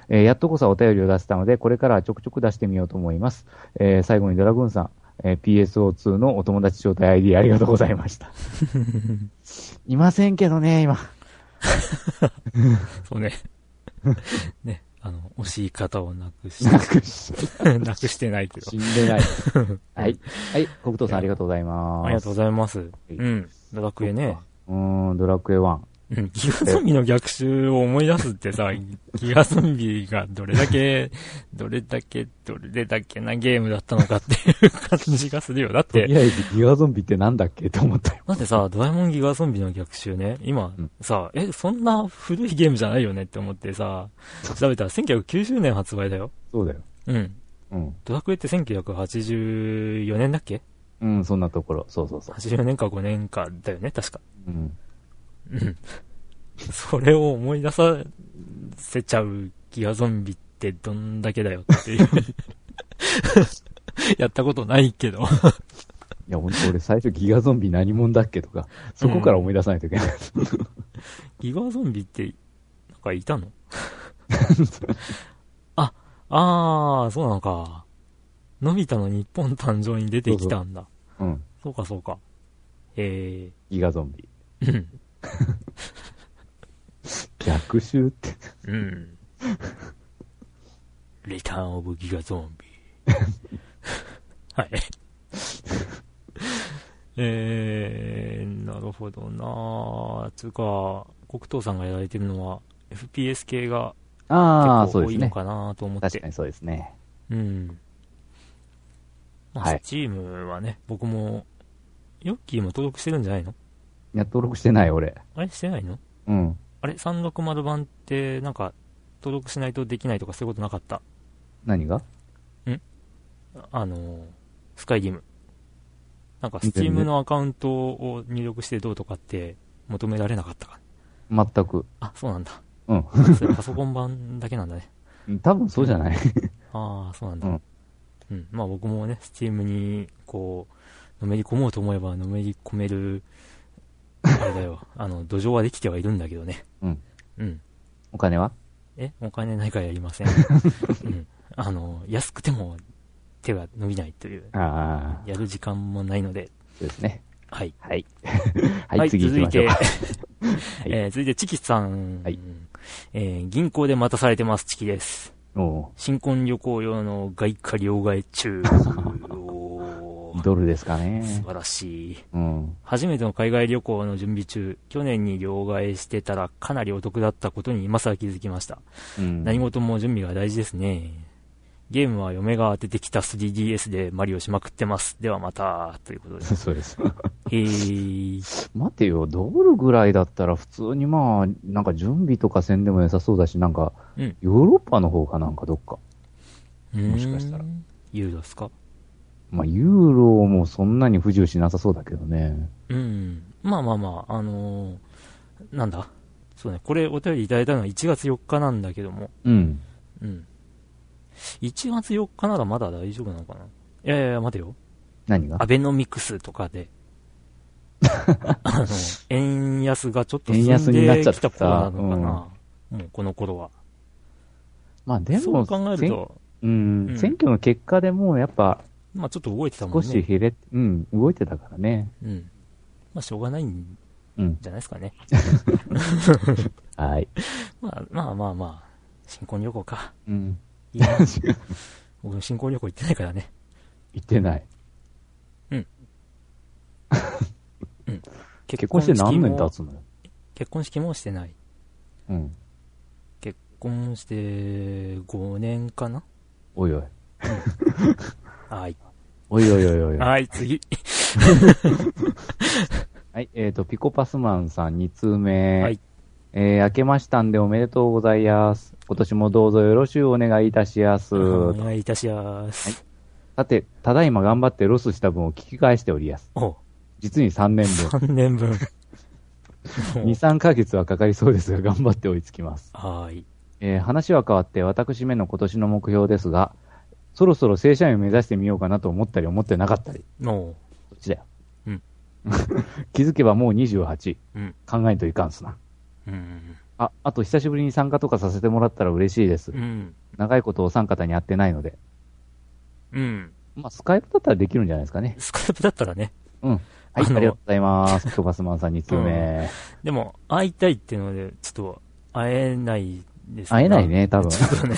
S2: えーやっとこそお便りを出せたので、これからはちょくちょく出してみようと思います。えー最後にドラグーンさん、えー PSO2 のお友達招待 ID ありがとうござい ました。いませんけどね、今。
S1: そう ね。ね。あの、惜しい方をな くし
S2: なくし、
S1: て、なくしてないけど。
S2: 死んでない。はい。はい、国藤さんありがとうございます。
S1: ありがとうご
S2: い
S1: ざいます。うん。ドラクエね。。
S2: うーん、ドラクエ1。
S1: うん。ギガゾンビの逆襲を思い出すってさ、ギガゾンビがどれだ け、どれだけ、どれだけなゲームだったのかっていう感じがするよ。だっ
S2: と
S1: て
S2: り、あえずギガゾンビってなんだっけと思ったよ。
S1: だってさ、ドラえもんギガゾンビの逆襲ね、今
S2: うん
S1: さ、え、そんな古いゲームじゃないよねって思ってさ、調べたら1990年発売だよ。
S2: そうだよ。
S1: うん。
S2: うん。
S1: ドラクエって1984年だっけ
S2: うん、そんなところ。そうそうそう。
S1: ?84 年か5年かだよね、確か。
S2: うん。
S1: うん。 それを思い出させちゃうギガゾンビってどんだけだよっていう。 やったことないけど。
S2: いや、ほんと俺最初ギガゾンビ何者だっけとか、そこから思い出さないといけない。
S1: ギガゾンビって、なんかいたの あ、あー、そうなのか。のび太の日本誕生に出てきたんだ。
S2: うん。
S1: そうか、そうか。え
S2: ギガゾンビ。
S1: ー、うん
S2: 逆襲って。
S1: うん。リターンオブギガゾ ンビ。はい。えー、なるほどなーつうか、黒藤さんがやられてるのは、FPS 系が
S2: ああ、
S1: 結
S2: そ
S1: 構
S2: う
S1: 多い
S2: です
S1: の
S2: ね。
S1: かなと思っ
S2: 確
S1: て
S2: か。にそうですね。
S1: うん。ま
S2: は
S1: あ、
S2: い
S1: スチームはね、僕も、ヨッキーも登録してるんじゃないの
S2: いや、登録してない、俺。
S1: あれしてないの
S2: うん。
S1: あれ ?360 版って、なんか、登録しないとできないとかそういうことなかった
S2: 何が
S1: あのー、スカイリム。なんか、ス
S2: 見て
S1: チ
S2: る
S1: ー
S2: ね
S1: ムのアカウントを入力してどうとかって求められなかったか。
S2: 全く。
S1: あ、そうなんだ。
S2: うん。
S1: それパソコン版だけなんだね。
S2: 多分そうじゃない
S1: ああ、そうなんだ。
S2: う
S1: うん
S2: ん。
S1: まあ僕もね、スチームに、こう、のめり込もうと思えば、のめり込める、あれだよ。 あの、土壌はできてはいるんだけどね。
S2: うん。
S1: うん。
S2: お金は
S1: え、お金ないからやりま せん。うん。あの、安くても手が伸びないという、
S2: ああ、
S1: やる時間もないので、
S2: そうですね。
S1: はい。
S2: はい。はい、次行きましょう。
S1: 続いて、 えー続いて、チキさん。
S2: はい
S1: えー銀行で待たされてます、チキです。
S2: お
S1: 新婚旅行用の外貨両替 中。お
S2: う
S1: ー
S2: ドルですか
S1: 素
S2: ね。
S1: 晴らしい。
S2: うん。
S1: 初めての海外旅行の準備中、去年に両替してたらかなりお得だったことに今更気づきました。
S2: うん。
S1: 何事も準備が大事ですね。ゲームは嫁が当ててきた 3DS でマリオしまくってます。ではまた、という ことです。
S2: そうです。
S1: へー。
S2: 待てよ、ドルぐらいだったら普通にまあ、なんか準備とかせんでも良さそうだし、なんか、
S1: うん
S2: ヨーロッパの方かなんかどっか。
S1: も
S2: もしかしたら。
S1: ユーロですか
S2: まあ、ユーロもそんなに不自由しなさそうだけどね。
S1: うん。まあまあまあ、あのーなんだ。そうね、これお便りいただいたのは1月4日なんだけども、
S2: うん。
S1: うん。1月4日ならまだ大丈夫なのかないやいやいや、待てよ。
S2: 何が
S1: アベノミクスとか で、あの、円安がちょっと進ん
S2: 円安になっ
S1: で
S2: ちゃっ
S1: き
S2: た
S1: た頃なのかな、もうこの頃は。
S2: まあ、でも、
S1: そう考えると、
S2: せん
S1: う
S2: うんん、選挙の結果でもうやっぱ
S1: まあちょっと動いてたも
S2: 少
S1: んね。
S2: し減れ、うん、動いてたからね。
S1: うん。まあしょうがないん
S2: うん。
S1: じゃないですかね。
S2: はい。
S1: まあまあまあまあ、新婚旅行か。
S2: うん。
S1: いいな僕も新婚旅行行ってないからね。
S2: 行ってない。
S1: 結
S2: 結婚して何年経
S1: だ
S2: つのよ。
S1: 結婚式もしてない。
S2: うん。
S1: 結婚して5年かな
S2: おいおい。
S1: はい。
S2: おいおいおい おい。
S1: はい、次。
S2: はい、えっ、と、ピコパスマンさん2通目。
S1: はい
S2: えー、明けましたんでおめでとうございます。今年もどうぞよろしゅうお願いいたしやす。
S1: お願いいたします。
S2: さて、ただいま頑張ってロスした分を聞き返しておりやす。
S1: お
S2: 実に3年
S1: 3
S2: 分。
S1: 年 分。
S2: 2、3ヶ月はかかりそうですが、頑張って追いつきます。
S1: はーい。
S2: えー話は変わって私めの今年の目標ですが、そろそろ正社員を目指してみようかなと思ったり思ってなかったり。
S1: も
S2: どっちだよ。
S1: うん
S2: 気づけばもう28。
S1: う、うん。
S2: 考えんといかんすな。
S1: うん。
S2: あ、あと久しぶりに参加とかさせてもらったら嬉しいです
S1: う。ん。
S2: 長いことお三方に会ってないので。
S1: うん。
S2: まあ、スカイプだったらできるんじゃないですかね。
S1: スカイプだったらね。
S2: うん。はい、あ
S1: あの
S2: りがとうござい ます。トバスマンさん2通目。
S1: でも、会いたいっていうので、ちょっと、会えないです
S2: 会えない。ね、多分。
S1: ちょっとね、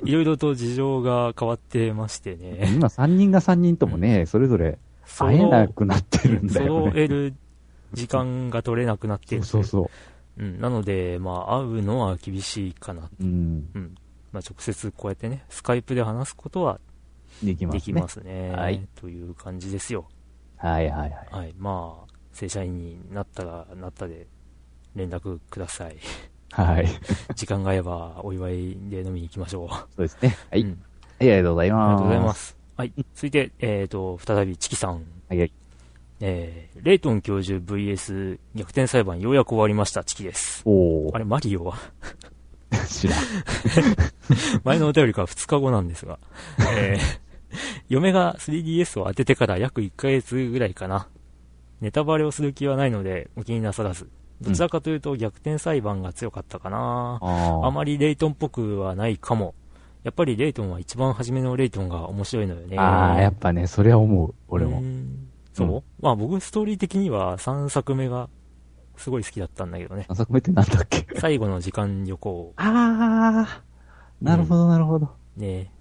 S1: いろいろと事情が変わってましてね。
S2: 今3人が3人ともね、それぞれ会えなくなってるんだよ
S1: 揃
S2: ね。
S1: える時間が取れなくなって
S2: そ
S1: る
S2: うそうそ
S1: うん、なので、まあ、会うのは厳しいかな。
S2: う。うん。
S1: うん。まあ、直接こうやってね、スカイプで話すことは
S2: できますね。
S1: できますね。
S2: はい
S1: という感じですよ。
S2: はいはいはい。
S1: はい。まあ、正社員になったらなったで、連絡くだ さい。
S2: はい。
S1: 時間が合えばお祝いで飲みに行きましょう。は
S2: そうですね。はい。
S1: う
S2: はい
S1: ん
S2: ありがとうござ
S1: あり
S2: います。
S1: がとうございます。はい。続いて、えっ、と、再びチキさん。
S2: はいはい。
S1: えー、レイトン教授 VS 逆転裁判ようやく終わりました。チキです。
S2: お
S1: あ
S2: ー。
S1: れ、マリオは
S2: 知らん。
S1: 前のお便りから2日後なんですが。えー、 嫁が 3DS を当ててから約1ヶ月ぐらいかな。ネタバレをする気はないので、お気になさらず。どちらかというと逆転裁判が強かったかな、
S2: あ
S1: あ
S2: ー
S1: まりレイトンっぽくはないかも。やっぱりレイトンは一番初めのレイトンが面白いのよね。
S2: あー、やっぱね、それは思う。俺
S1: う
S2: も。
S1: んそう、
S2: うん
S1: まあ僕ストーリー的には3作目がすごい好きだったんだけどね。
S2: あそこ見てなんだっけ
S1: 最後の時間旅行、
S2: あー、なるほど、なるほど。
S1: ね、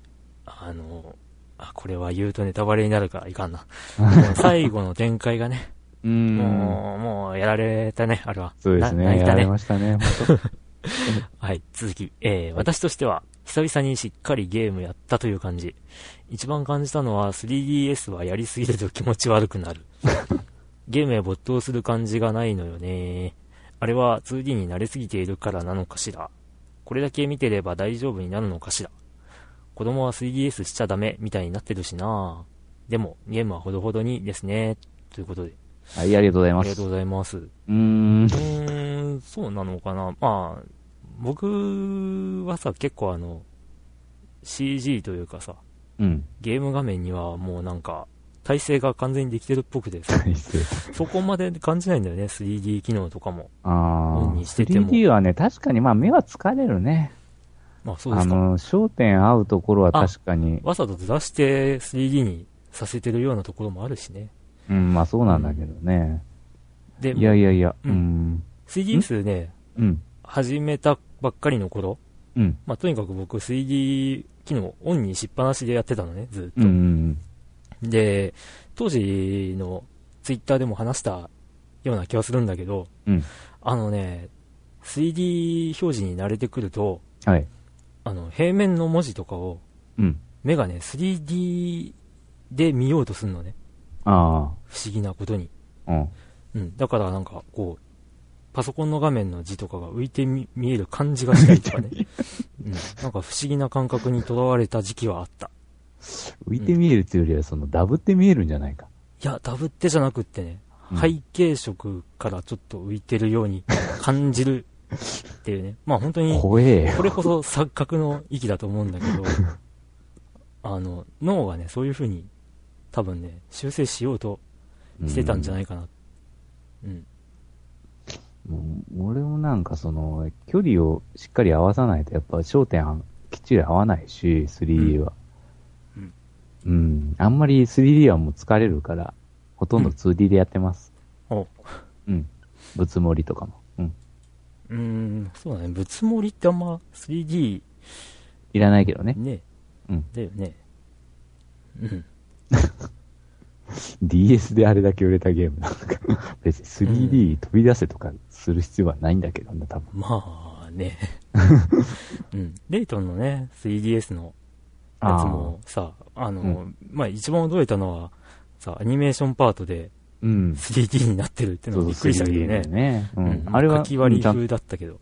S1: あの、あ、これは言うとネタバレになるからいかん な。もう最後の展開がね、
S2: うーん。
S1: もう、もうやられたね、あれは。
S2: そうですね。
S1: な泣いた
S2: やられ
S1: ね。
S2: ました ね。
S1: はい、続き。えー私としては、久々にしっかりゲームやったという感じ。一番感じたのは、3DS はやりすぎると気持ち悪くなる。ゲームへ没頭する感じがないのよね。あれは 2D に慣れすぎているからなのかしら。これだけ見てれば大丈夫になるのかしら。子供は 3DS しちゃダメみたいになってるしなでも、ゲームはほどほどにですね。ということで、
S2: はい、ありがとうござい
S1: あ
S2: ま
S1: りが
S2: す。
S1: とう
S2: う
S1: ございます。
S2: ーん。
S1: うーん、そうなのかな。まあ、僕はさ、結構あの、CG というかさ、
S2: うん。
S1: ゲーム画面にはもうなんか、体勢が完全にできてるっぽくて さ、
S2: 失礼
S1: そこまで感じないんだよね、3D 機能とかも。
S2: あ
S1: うん
S2: ー。
S1: にしてても
S2: 3D はね、確かにまあ目は疲れるね。
S1: まあそうで
S2: あ
S1: すか。
S2: の、焦点合うところは確かに、
S1: わざと出して 3D にさせてるようなところもあるしね。
S2: うん、まあそうなんだけどね。
S1: で、
S2: いやいやいや、
S1: う
S2: うんん。
S1: 3DS ね、
S2: うん。
S1: 始めたばっかりの頃、
S2: うん。
S1: まあとにかく僕 3D 機能オンにしっぱなしでやってたのね、ずっと。
S2: うん。
S1: で、当時のツイッターでも話したような気はするんだけど、
S2: うん
S1: あのね、3D 表示に慣れてくると、
S2: はい。
S1: あの、平面の文字とかを、
S2: うん。
S1: 目がね、3D で見ようとするのね。
S2: あ
S1: 不思議なことに。
S2: あ。うん。
S1: うん。だからなんか、こう、パソコンの画面の字とかが浮いてみ見える感じがしたりとかね。うん。なんか不思議な感覚にとらわれた時期はあった。
S2: 浮いて見えるっていうよりは、その、ダブって見えるんじゃないか。
S1: いや、ダブってじゃなくってね、
S2: うん
S1: 背景色からちょっと浮いてるように感じるっていう ね。まあ本当に、
S2: 怖えよ。
S1: これこそ錯覚の域だと思うんだけ ど、あの、脳がね、そういう風に多分ね、修正しようとしてたんじゃないかな。うん。
S2: うん俺もなんかその、距離をしっかり合わさないと、やっぱ焦点はきっちり合わないし、3D は。
S1: う
S2: うんん。あんまり 3D はもう疲れるから、ほとんど
S1: うん
S2: 2D でやってます。
S1: おう
S2: うん。ぶつもりとかも。うん。
S1: ーん、そうだね。ぶつもりってあんま 3D
S2: いらないけどね。
S1: ね、
S2: うん。
S1: だよね。うん。
S2: DS であれだけ売れたゲームなんか、別に 3D 飛び出せとかする必要はないんだけどね、多分。
S1: まあ ね。うん。レイトンのね、3DS のやつもさ、あの、
S2: う
S1: まあ一番驚いたのは、さ、アニメーションパートで、
S2: うん。
S1: 3D になってるってのはびっくりしたけどね。
S2: ね。う
S1: うんん。
S2: あれは、
S1: かき割り
S2: ちゃん
S1: 風だったけど。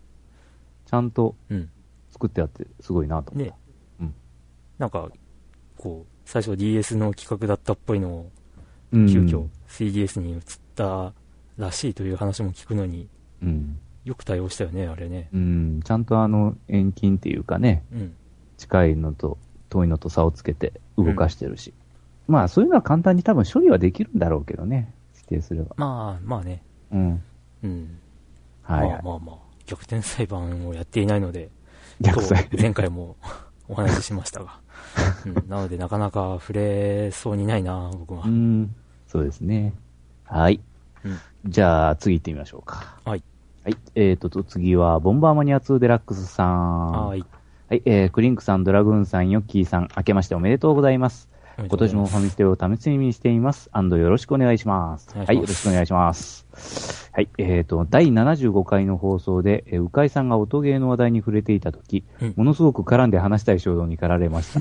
S2: ちゃんと
S1: うん。
S2: 作ってあって、すごいなと思っ
S1: ね
S2: た。うん。
S1: なんか、こう、最初 DS の企画だったっぽいのを、
S2: うん
S1: 急遽。3DS に移ったらしいという話も聞くのに、
S2: うん。
S1: よく対応したよね、あれね。
S2: うん。ちゃんとあの、遠近っていうかね、
S1: うん。
S2: 近いのと遠いのと差をつけて動かしてるし。まあ、そういうのは簡単に多分処理はできるんだろうけどね。否定すれば。
S1: まあ、まあね。
S2: うん。
S1: うん。
S2: は
S1: ま
S2: い、は
S1: あ
S2: い。
S1: まあまあ。逆転裁判をやっていないので、
S2: 逆再
S1: と 前回もお話ししましたが。うん、なので、なかなか触れそうにないな、僕は
S2: う。ん。そうですね。はい。
S1: うん
S2: じゃあ、次行ってみましょうか。
S1: はい。
S2: はい。えっ、ー、と、次は、ボンバーマニア2デラックスさん。
S1: はーい。
S2: はい。えー、クリンクさん、ドラグーンさん、ヨッキーさん、明けましておめでとうございます。
S1: 今
S2: 今年もファミステを楽しみにしています。アンドよろしくお願いします。
S1: お願いします
S2: はい、よろしくお願いします。はい、えっ、と、第75回の放送で、えー、うかいさんが音ゲーの話題に触れていたとき、
S1: うん
S2: ものすごく絡んで話したい衝動に駆られま した。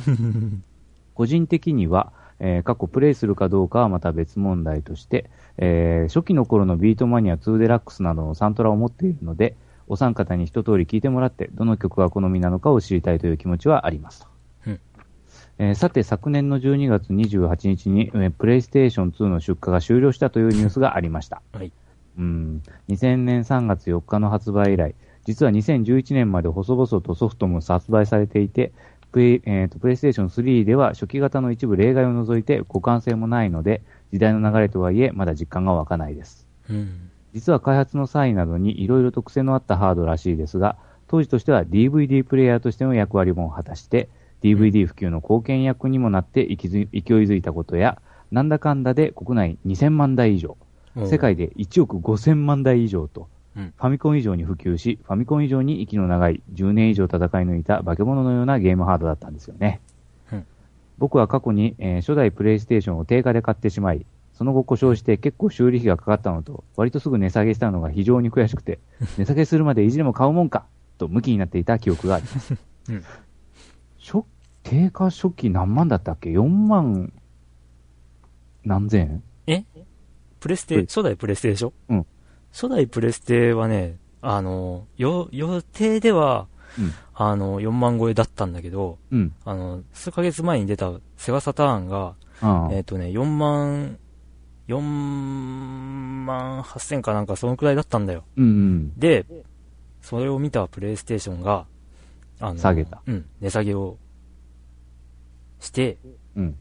S2: 個人的には、えー過去プレイするかどうかはまた別問題として、えー初期の頃のビートマニア2デラックスなどのサントラを持っているので、お三方に一通り聞いてもらって、どの曲が好みなのかを知りたいという気持ちはあります。
S1: うん
S2: えーさて、昨年の12月28日に、えープレイステーション2の出荷が終了したというニュースがありました。
S1: はい。
S2: うん、2000年3月4日の発売以来、実は2011年まで細々とソフトも発売されていて、プレイ、えーと、プレイステーション3では初期型の一部例外を除いて互換性もないので、時代の流れとはいえ、まだ実感が湧かないです。
S1: うん。
S2: 実は開発の際などにいろいろと癖のあったハードらしいですが、当時としては DVD プレイヤーとしての役割も果たして、DVD 普及の貢献役にもなって勢いづ勢いづいたことや、なんだかんだで国内2000万台以上、
S1: もう
S2: 世界で1億5000万台以上と、
S1: うん
S2: ファミコン以上に普及し、ファミコン以上に息の長い10年以上戦い抜いた化け物のようなゲームハードだったんですよね。
S1: うん
S2: 僕は過去に、えー初代プレイステーションを定価で買ってしまい、その後故障して結構修理費がかかったのと、割とすぐ値下げしたのが非常に悔し くて、値下げするまでいじでも買うもんかとムキになっていた記憶があります。
S1: うん
S2: 初定価初期何万だったっけ ?4 万何千円
S1: えプレステ、
S2: うん
S1: 初代プレステでしょ
S2: うん
S1: 初代プレステはね、あの、よ、予定では、
S2: うん
S1: あの、4万超えだったんだけど、
S2: うん。
S1: あの、数ヶ月前に出たセガサターンが、
S2: ああ
S1: えっ、とね、4万、4万8000かなんかそのくらいだったんだよ。
S2: うんうん。
S1: で、それを見たプレイステーションが、あの、
S2: 下げた。
S1: うん、値下げをしてっ
S2: うん。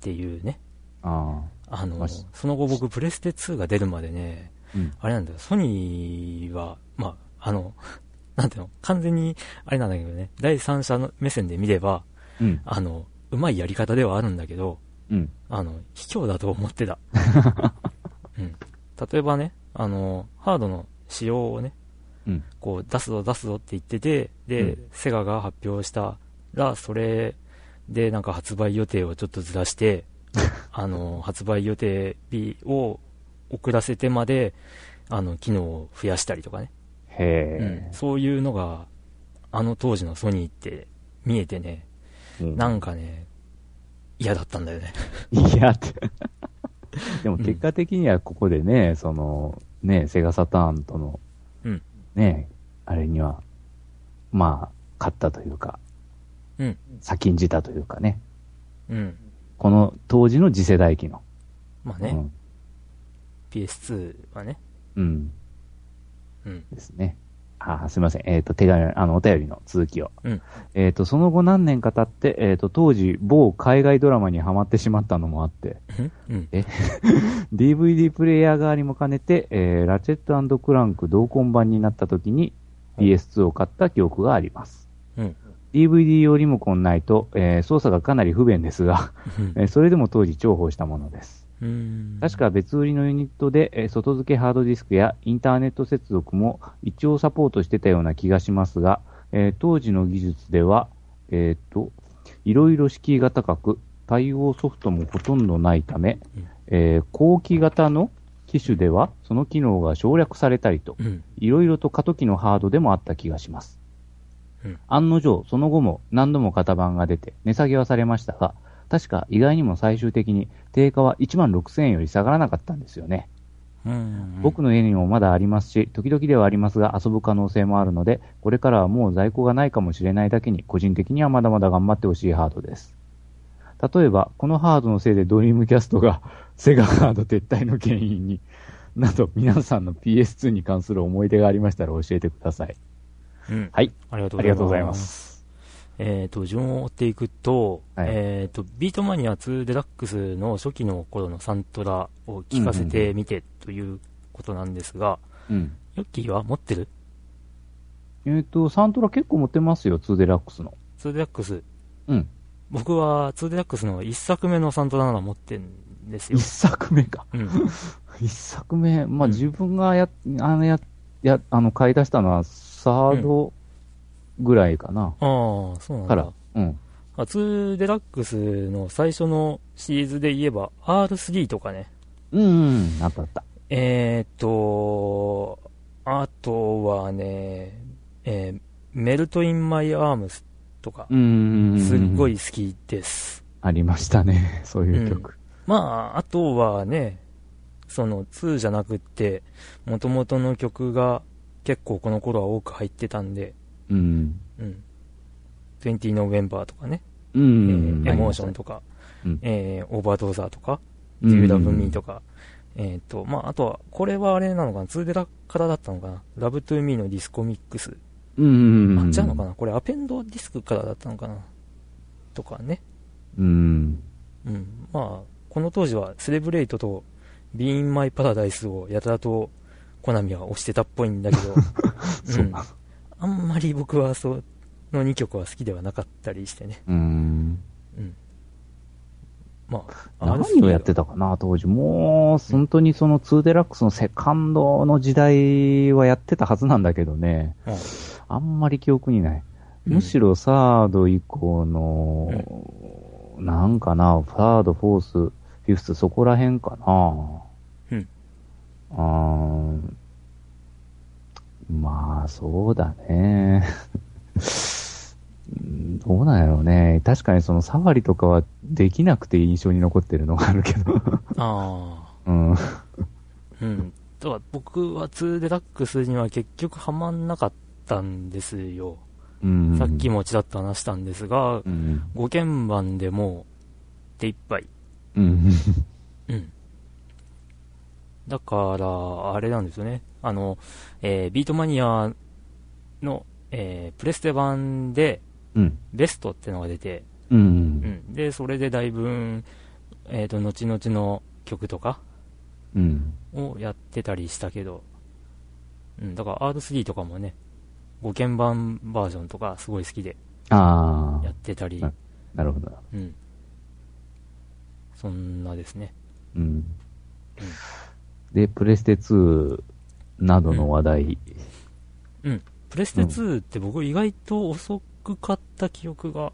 S1: ていうね。
S2: あ
S1: あの
S2: マジ、
S1: その後僕、プレステ2が出るまでね、
S2: あ。うん。
S1: あれなんだよ、ソニーは、まあ、あの、 なんていうの、完全に、あれなんだけどね、第三者の目線で見れば、
S2: うん。
S1: あの、うまいやり方ではあるんだけど、
S2: うん。
S1: あの、卑怯だと思 ってた。うん。例えばね、あの、ハードの仕様をね、
S2: うん。
S1: こう、出すぞ出すぞって言ってて、で、
S2: うん
S1: セガが発表したら、それでなんか発売予定をちょっとずら して、あの、発売予定日を遅らせてまで、あの、機能を増やしたりとかね。
S2: へ
S1: うんそういうのが、あの当時のソニーって見えてね、
S2: え。うん
S1: なんかね、嫌だったんだよね。
S2: いやって。でも結果的にはここでね、その、ね、セガサターンとの、
S1: うん
S2: ね、あれには、まあ、勝ったというか、
S1: うん。
S2: 先んじたというかね、
S1: うん。
S2: この当時の次世代機の。
S1: まあ
S2: う
S1: ね、
S2: ん。
S1: PS2 はね、
S2: うん。
S1: うん。
S2: ですね。あーすみません。えっ、と、手紙、あの、お便りの続きを。
S1: うん
S2: えっ、と、その後何年か経って、えっ、と、当時、某海外ドラマにハマってしまったのもあって、
S1: うん。
S2: DVD プレイヤー側にも兼ねて、えーラチェットクランク同梱版になった時に DS2 を買った記憶があります。
S1: うん。
S2: DVD 用リモコンないと、えー操作がかなり不便ですが、
S1: うん
S2: えーそれでも当時重宝したものです。
S1: うん。
S2: 確か別売りのユニットで、えー外付けハードディスクやインターネット接続も一応サポートしてたような気がしますが、えー当時の技術では、えっ、と、いろいろ敷居が高く、対応ソフトもほとんどないため
S1: うん、
S2: えー後期型の機種では、その機能が省略されたりと、
S1: うん。
S2: いろいろと過渡期のハードでもあった気がします。
S1: うん
S2: 案の定、その後も何度も型番が出て、値下げはされましたが、確か意外にも最終的に定価は1万6000円より下がらなかったんですよね。
S4: うんうん
S2: 僕の家にもまだありますし、時々ではありますが遊ぶ可能性もあるので、これからはもう在庫がないかもしれないだけに、個人的にはまだまだ頑張ってほしいハードです。例えば、このハードのせいでドリームキャストが セガハード撤退の原因に、など皆さんの PS2 に関する思い出がありましたら教えてください。
S1: うん
S2: はい。
S1: ありがとうございます。
S2: ありがとうございま。す。
S1: えっ、と、順を追っていくと、
S2: はい
S1: えっ、と、ビートマニア2デラックスの初期の頃のサントラを聞かせてみてということなんですが、
S2: うん。
S1: ヨッキーは持ってる
S2: えっ、と、サントラ結構持ってますよ、2デラックスの。
S1: 2デラックス。
S2: うん。
S1: 僕は2デラックスの1作目のサントラなら持ってるんですよ
S2: 一。作目か。
S1: うん。
S2: 一作目、まあ、
S1: うん
S2: 自分がや、あの、や、や、あの、買い出したのは、サードぐらいかな。
S1: ああ、そうなん
S2: か
S1: だ
S2: ら。、うん。
S1: あ2デラックスの最初のシリーズで言えば R3 とかね。
S2: うん、うん、あったあった。
S1: えー、と、あとはね、えーメルトインマイアームスとか
S2: う、ん、
S1: すっご
S2: うん。
S1: い好きです。
S2: ありましたね、 そういう曲。
S1: まあ、あとはね、その2じゃなくって、元々の曲が結構この頃は多く入ってたんで、
S2: うん。
S1: うん。20 November とかね、
S2: うん、うん
S1: えーエモーションとか、
S2: うん
S1: えーオーバードーザーとか、
S2: う
S1: Do
S2: ん
S1: You Love Me とか、えっと、まあ、あとは、これはあれなのかな、2デラからだったのかな、Love to Me のディスコミックス。
S2: うん、うん。
S1: あ、違うのか
S2: な
S1: な、これアペンドディスクからだったのかな、とかね。
S2: うん。
S1: うん。まあ、この当時は、セレブレイトと、ビーンマイパラダイスをやたらと、コナミは推してたっぽいんだけ ど、
S2: そう
S1: うん。あんまり僕は、その2曲は好きではなかったりしてね。
S2: うん。
S1: うん。まあ、
S2: 何をやってたかな、当時。もう、本当にその2デラックスのセカンドの時代はやってたはずなんだけどね。
S1: た
S2: あんまり記憶にない。
S1: うん
S2: むしろサード以降の、なんかな、サード、フォース、フィフス、そこら辺かな。
S1: うん
S2: あー。まあ、そうだね。 うんどうなんやろうね。確かにそのサファリとかはできなくて印象に残ってるのがあるけど。
S1: あ あ。
S2: うん。
S1: うん。だから僕は2デラックスには結局ハマんなかったんですよ。
S2: うん
S1: さっき。もちらっと話したんですが、
S2: うん。
S1: 5鍵盤でもう手一杯。
S2: うん。
S1: うん。だから、あれなんですよね。あの、えービートマニアの、えープレステ版で
S2: うん。
S1: ベストってのが出て、
S2: う。
S1: うんん。で、それでだいぶ、えっ、と、後々の曲とか、
S2: うん。
S1: をやってたりしたけど、うん、だから R3 とかもね、5鍵盤バージョンとかすごい好きで
S2: あ
S1: や
S2: あ
S1: っ、てたり、
S2: あなるほど。
S1: うん。そんなですね。
S2: うんで、プレステ2などの話題。
S1: プレステ2って僕意外と遅く買った記憶が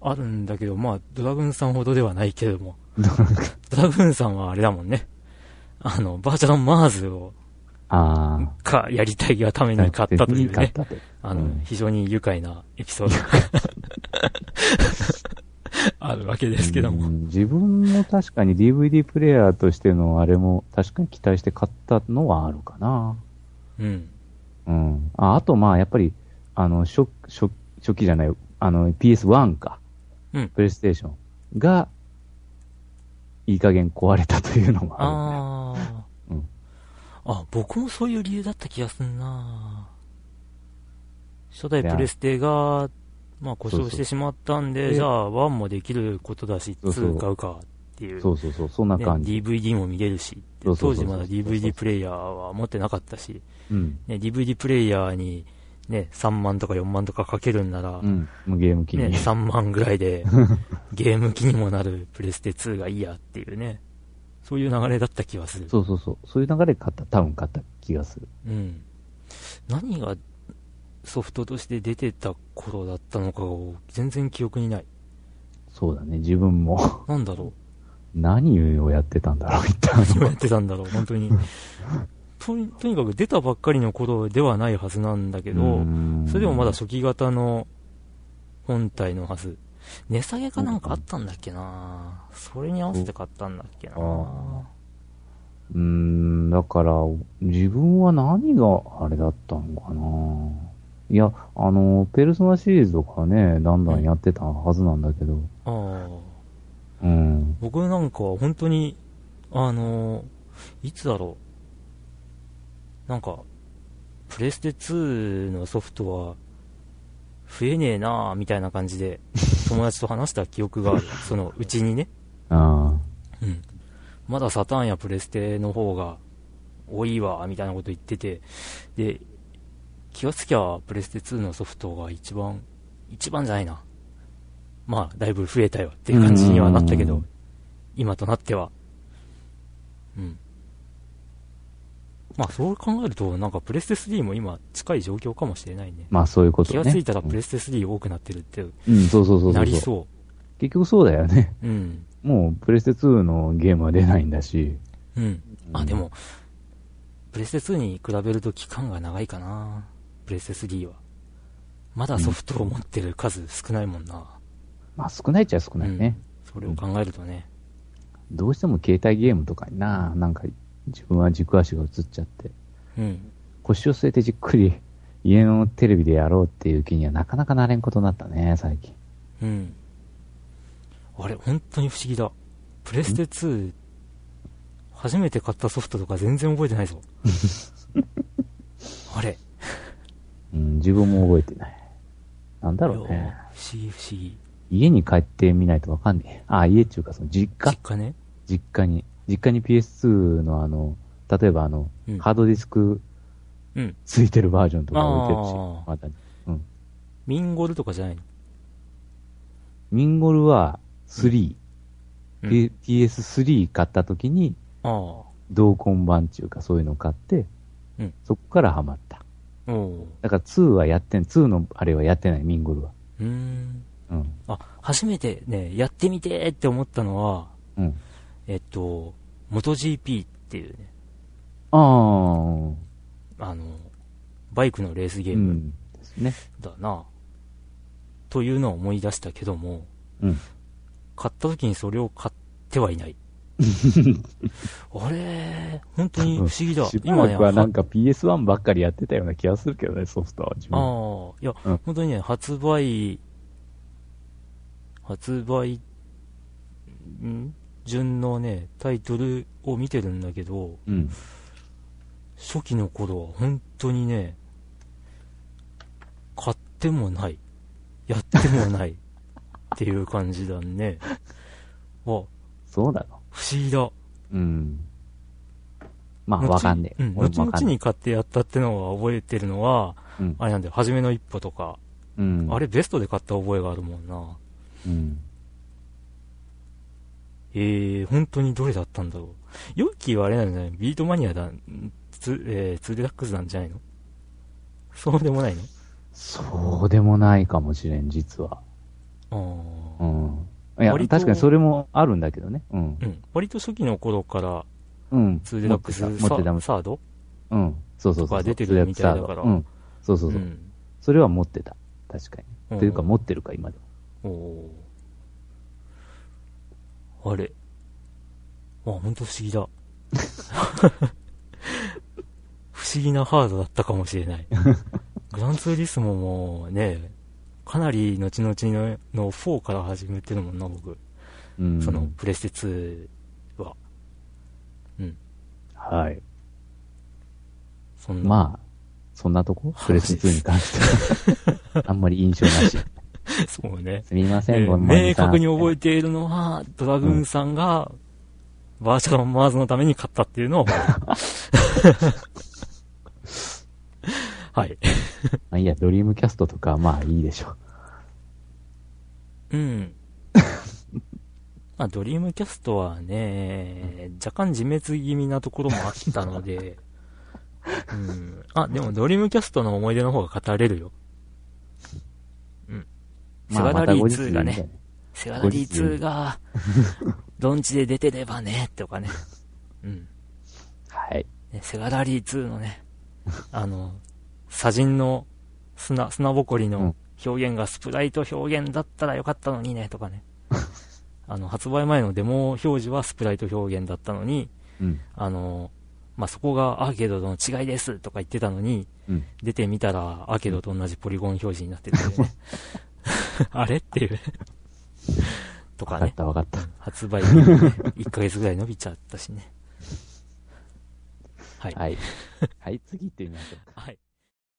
S1: あるんだけど、まあ、ドラグーンさんほどではないけれども、ドラグーンさんはあれだもんね。あの、バーチャルマーズを、
S2: あ
S1: か、やりたいがため
S2: あ。
S1: に買ったという
S2: 買
S1: ね
S2: っ。たと。
S1: あの、
S2: うん
S1: 非常に愉快なエピソードが あるわけですけど
S2: う
S1: も。
S2: ん自分も確かに DVD プレイヤーとしてのあれも確かに期待して買ったのはあるかな。
S1: うん。
S2: うん。ああと、まあ、やっぱり、あの、初、初、初期じゃない、あの、PS1 か。
S1: うん
S2: プレイステーションが、いい加減壊れたというのもあ
S1: ああ。
S2: うん
S1: あ、僕もそういう理由だった気がすんな初代プレステが、まあ故
S2: そう
S1: 障
S2: そ
S1: し
S2: う
S1: てしまったんで、
S2: で
S1: じゃあ1もできることだし、
S2: そうそう
S1: 2買うかってい
S2: るね。
S1: う。
S2: そうそうそう、そんな
S1: ね
S2: 感じ。
S1: DVD も見れるしって
S2: そうそ
S1: 当
S2: うそ
S1: 時
S2: う
S1: まだ
S2: そうそうそう
S1: DVD プレイヤーは持ってなかったし、
S2: うん。
S1: ね、DVD プレイヤーに、ね、3万とか4万とかかけるんなら、
S2: うん。もうゲーム機
S1: ね、
S2: に。
S1: 3万ぐらいで、ゲーム機にもなるプレステ2がいいやっていうね、そういう流れだった気はする。
S2: そうそうそう。そういう流れで買った、多分買った気がする。
S1: うん。何がソフトとして出てた頃だったのかを全然記憶にない。
S2: そうだね、自分も。
S1: なんだろ
S2: 何をやってたんだろう、一
S1: う何をや
S2: 体。
S1: ってたんだろう本当に。とにとにかく出たばっかりの頃ではないはずなんだけど、それでもまだ初期型の本体のはず。値下げかなんかあったんだっけなそれに合わせて買ったんだっけな
S2: あーうーん、だから、自分は何があれだったのかないや、あの、ペルソナシリーズとかね、だんだんやってたはずなんだけど、
S1: あー
S2: うん。
S1: 僕なんかは本当に、あのーいつだろう。なんか、プレステ2のソフトは、増えねえなあみたいな感じで、友達と話した記憶がある。そのうちにね。
S2: あ
S1: うん、まだサターンやプレステの方が多いわみたいなこと言っててで気がつきゃプレステ2のソフトが一番一番じゃないなまあだいぶ増えたよっていう感じにはなったけ
S2: う
S1: ど
S2: ん
S1: 今となってはうんまあそう考えるとなんかプレステ3も今近い状況かもしれないね
S2: まあそういうこと
S1: 気
S2: ね。
S1: がついたらプレステ3多くなってるって
S2: うん、そうそうそうそう。
S1: なりそう
S2: 結局そうだよね。
S1: うん
S2: もう、プレステ2のゲームは出ないんだし。
S1: うん。
S2: う
S1: あ、
S2: ん
S1: でも、プレステ2に比べると期間が長いかな。プレステ3は。まだソフトを持ってる数少ないもんな。
S2: まあ少ないっちゃ少ないね。
S1: それを考えるとね。
S2: どうしても携帯ゲームとかにな、なんか自分は軸足が移っちゃって、
S1: うん。
S2: 腰を据えてじっくり 家のテレビでやろうっていう気にはなかなかなれんことになったね、最近。
S1: うん。あれ、本当に不思議だ。プレステ2、初めて買ったソフトとか全然覚えてない ぞ。あれ、
S2: うん、自分も覚えてない。なんだ
S1: だ
S2: ろう
S1: 不思
S2: ね。
S1: 議不思議。
S2: 家に帰ってみないとわかんねえ。あ、家っていうかその
S1: 実
S2: 実家、
S1: 家ね。
S2: 実家に、実家に PS2 のあの、例えばあの、
S1: うん
S2: ハードディスク
S1: うん。
S2: ついてるバージョンとか置いてるし
S1: あ、ー
S2: また、うん。
S1: ミンゴルとかじゃないの
S2: ミンゴルは3、
S1: うん。
S2: P- PS3 買った時に
S1: あ
S2: 同梱版っていうかそういうのを買って、
S1: うん
S2: そこからハマった。
S1: あ。おう。
S2: だから2はやってん、2のあれはやってない、ミンゴルは。
S1: うーん。
S2: うん。
S1: あ、初めてね、やってみてーって思ったのは、
S2: うん。
S1: えっと、MotoGP っていうね、
S2: ああ、
S1: あの、バイクのレースゲ
S2: う
S1: ーム
S2: ん。ですね。
S1: だな、というのを思い出したけども、
S2: うん。
S1: 買った時にそれを買ってはい ない。あれー、本当に不思議だ
S2: し。ば
S1: 今
S2: ら
S1: ね、
S2: くはなん
S1: は
S2: か PS1 ばっかりやってたような気がするけどね、ソフトは自
S1: あ
S2: 分。
S1: ーいや、
S2: うん
S1: 本当にね、発売、発売、ん順のね、タイトルを見てるんだけど、
S2: うん。
S1: 初期の頃は本当にね、買ってもない、やってもないっていう感じだね。 あ、不思
S2: そうなの。
S1: 議だ。
S2: うん。まあ、
S1: 後に
S2: わかんねえ。
S1: うん、
S2: 俺
S1: 後
S2: もわ
S1: 々
S2: かんね
S1: に買ってやったってのは覚えてるのは、
S2: え。うん
S1: あれなんだよ、初めの一歩とか、
S2: うん。
S1: あれベストで買った覚えがあるもんな。
S2: うん。
S1: えー、本当にどれだったんだろう。ヨッキーはあれなんじゃないビートマニアだ、んツ,、えー、ツーデラックスなんじゃないのそうでもないの
S2: そうでもないかもしれん、実は。
S1: あー
S2: うん。いや、
S1: 割
S2: 確
S1: と
S2: かにそれもあるんだけどね。うん
S1: う。ん、割と初期の頃から、
S2: うん。
S1: ツーデラックスサ
S2: 持ってた、持って
S1: サード
S2: た。うん。そうそう
S1: と
S2: そう。
S1: か出てるみたいだから
S2: うん。そうそうそう。
S1: ん
S2: それは持ってた。確か
S1: うん
S2: に。というか、持ってるか、今でも。
S1: おーあれ。あ、ほんと不思議だ。 不思議なハードだったかもしれ ない。グランツーリスモもね、かなり後々のの4から始めてるもんな、僕。
S2: うん。
S1: その、プレステ2は。うん。
S2: はい。
S1: そんな。
S2: まあ、そんな とこプレス
S1: 話
S2: 2に関し ては。あんまり印象なし。
S1: あ、 そうね。
S2: すみませ
S1: え
S2: ん、
S1: ー
S2: ごめん
S1: 明
S2: なさい。
S1: 確に覚えているのは、ドラグーンさんが、バーチャルマーズのために買ったっていう のを。はい。
S2: まあいいや、ドリームキャストとか、まあいいでしょう。
S1: うん。まあ、ドリームキャストはね、若干自滅気味なところもあったので、うん。あ、でもドリームキャストの思い出の方が語れるよ。うん。セ
S2: ま
S1: ガ
S2: あ、
S1: ダ
S2: また
S1: リー
S2: 後日
S1: 2がね
S2: いいんじゃない。
S1: セガダリー2が、 ドンチで出てればね、とかね。うん。
S2: はい。
S1: ねセガダリー2のね、あの、砂人の砂、砂ぼこり
S2: うん
S1: の表現がスプライト表現だったらよかったのにね、とかね。あの、発売前のデモ表示はスプライト表現だったのに、
S2: うん。
S1: あの、まあ、そこがアーケードとの違いですとか言ってたのに、
S2: うん。
S1: 出てみたらアーケードと同じポリゴン表示になってて、ね、 あれっていう。と
S2: わ
S1: か
S2: かっ
S1: ね。
S2: たわか った。
S1: 発売日もね、1ヶ月 ぐらい伸びちゃったしね。はい。
S2: はい。はい、次行ってみましょう。
S1: はい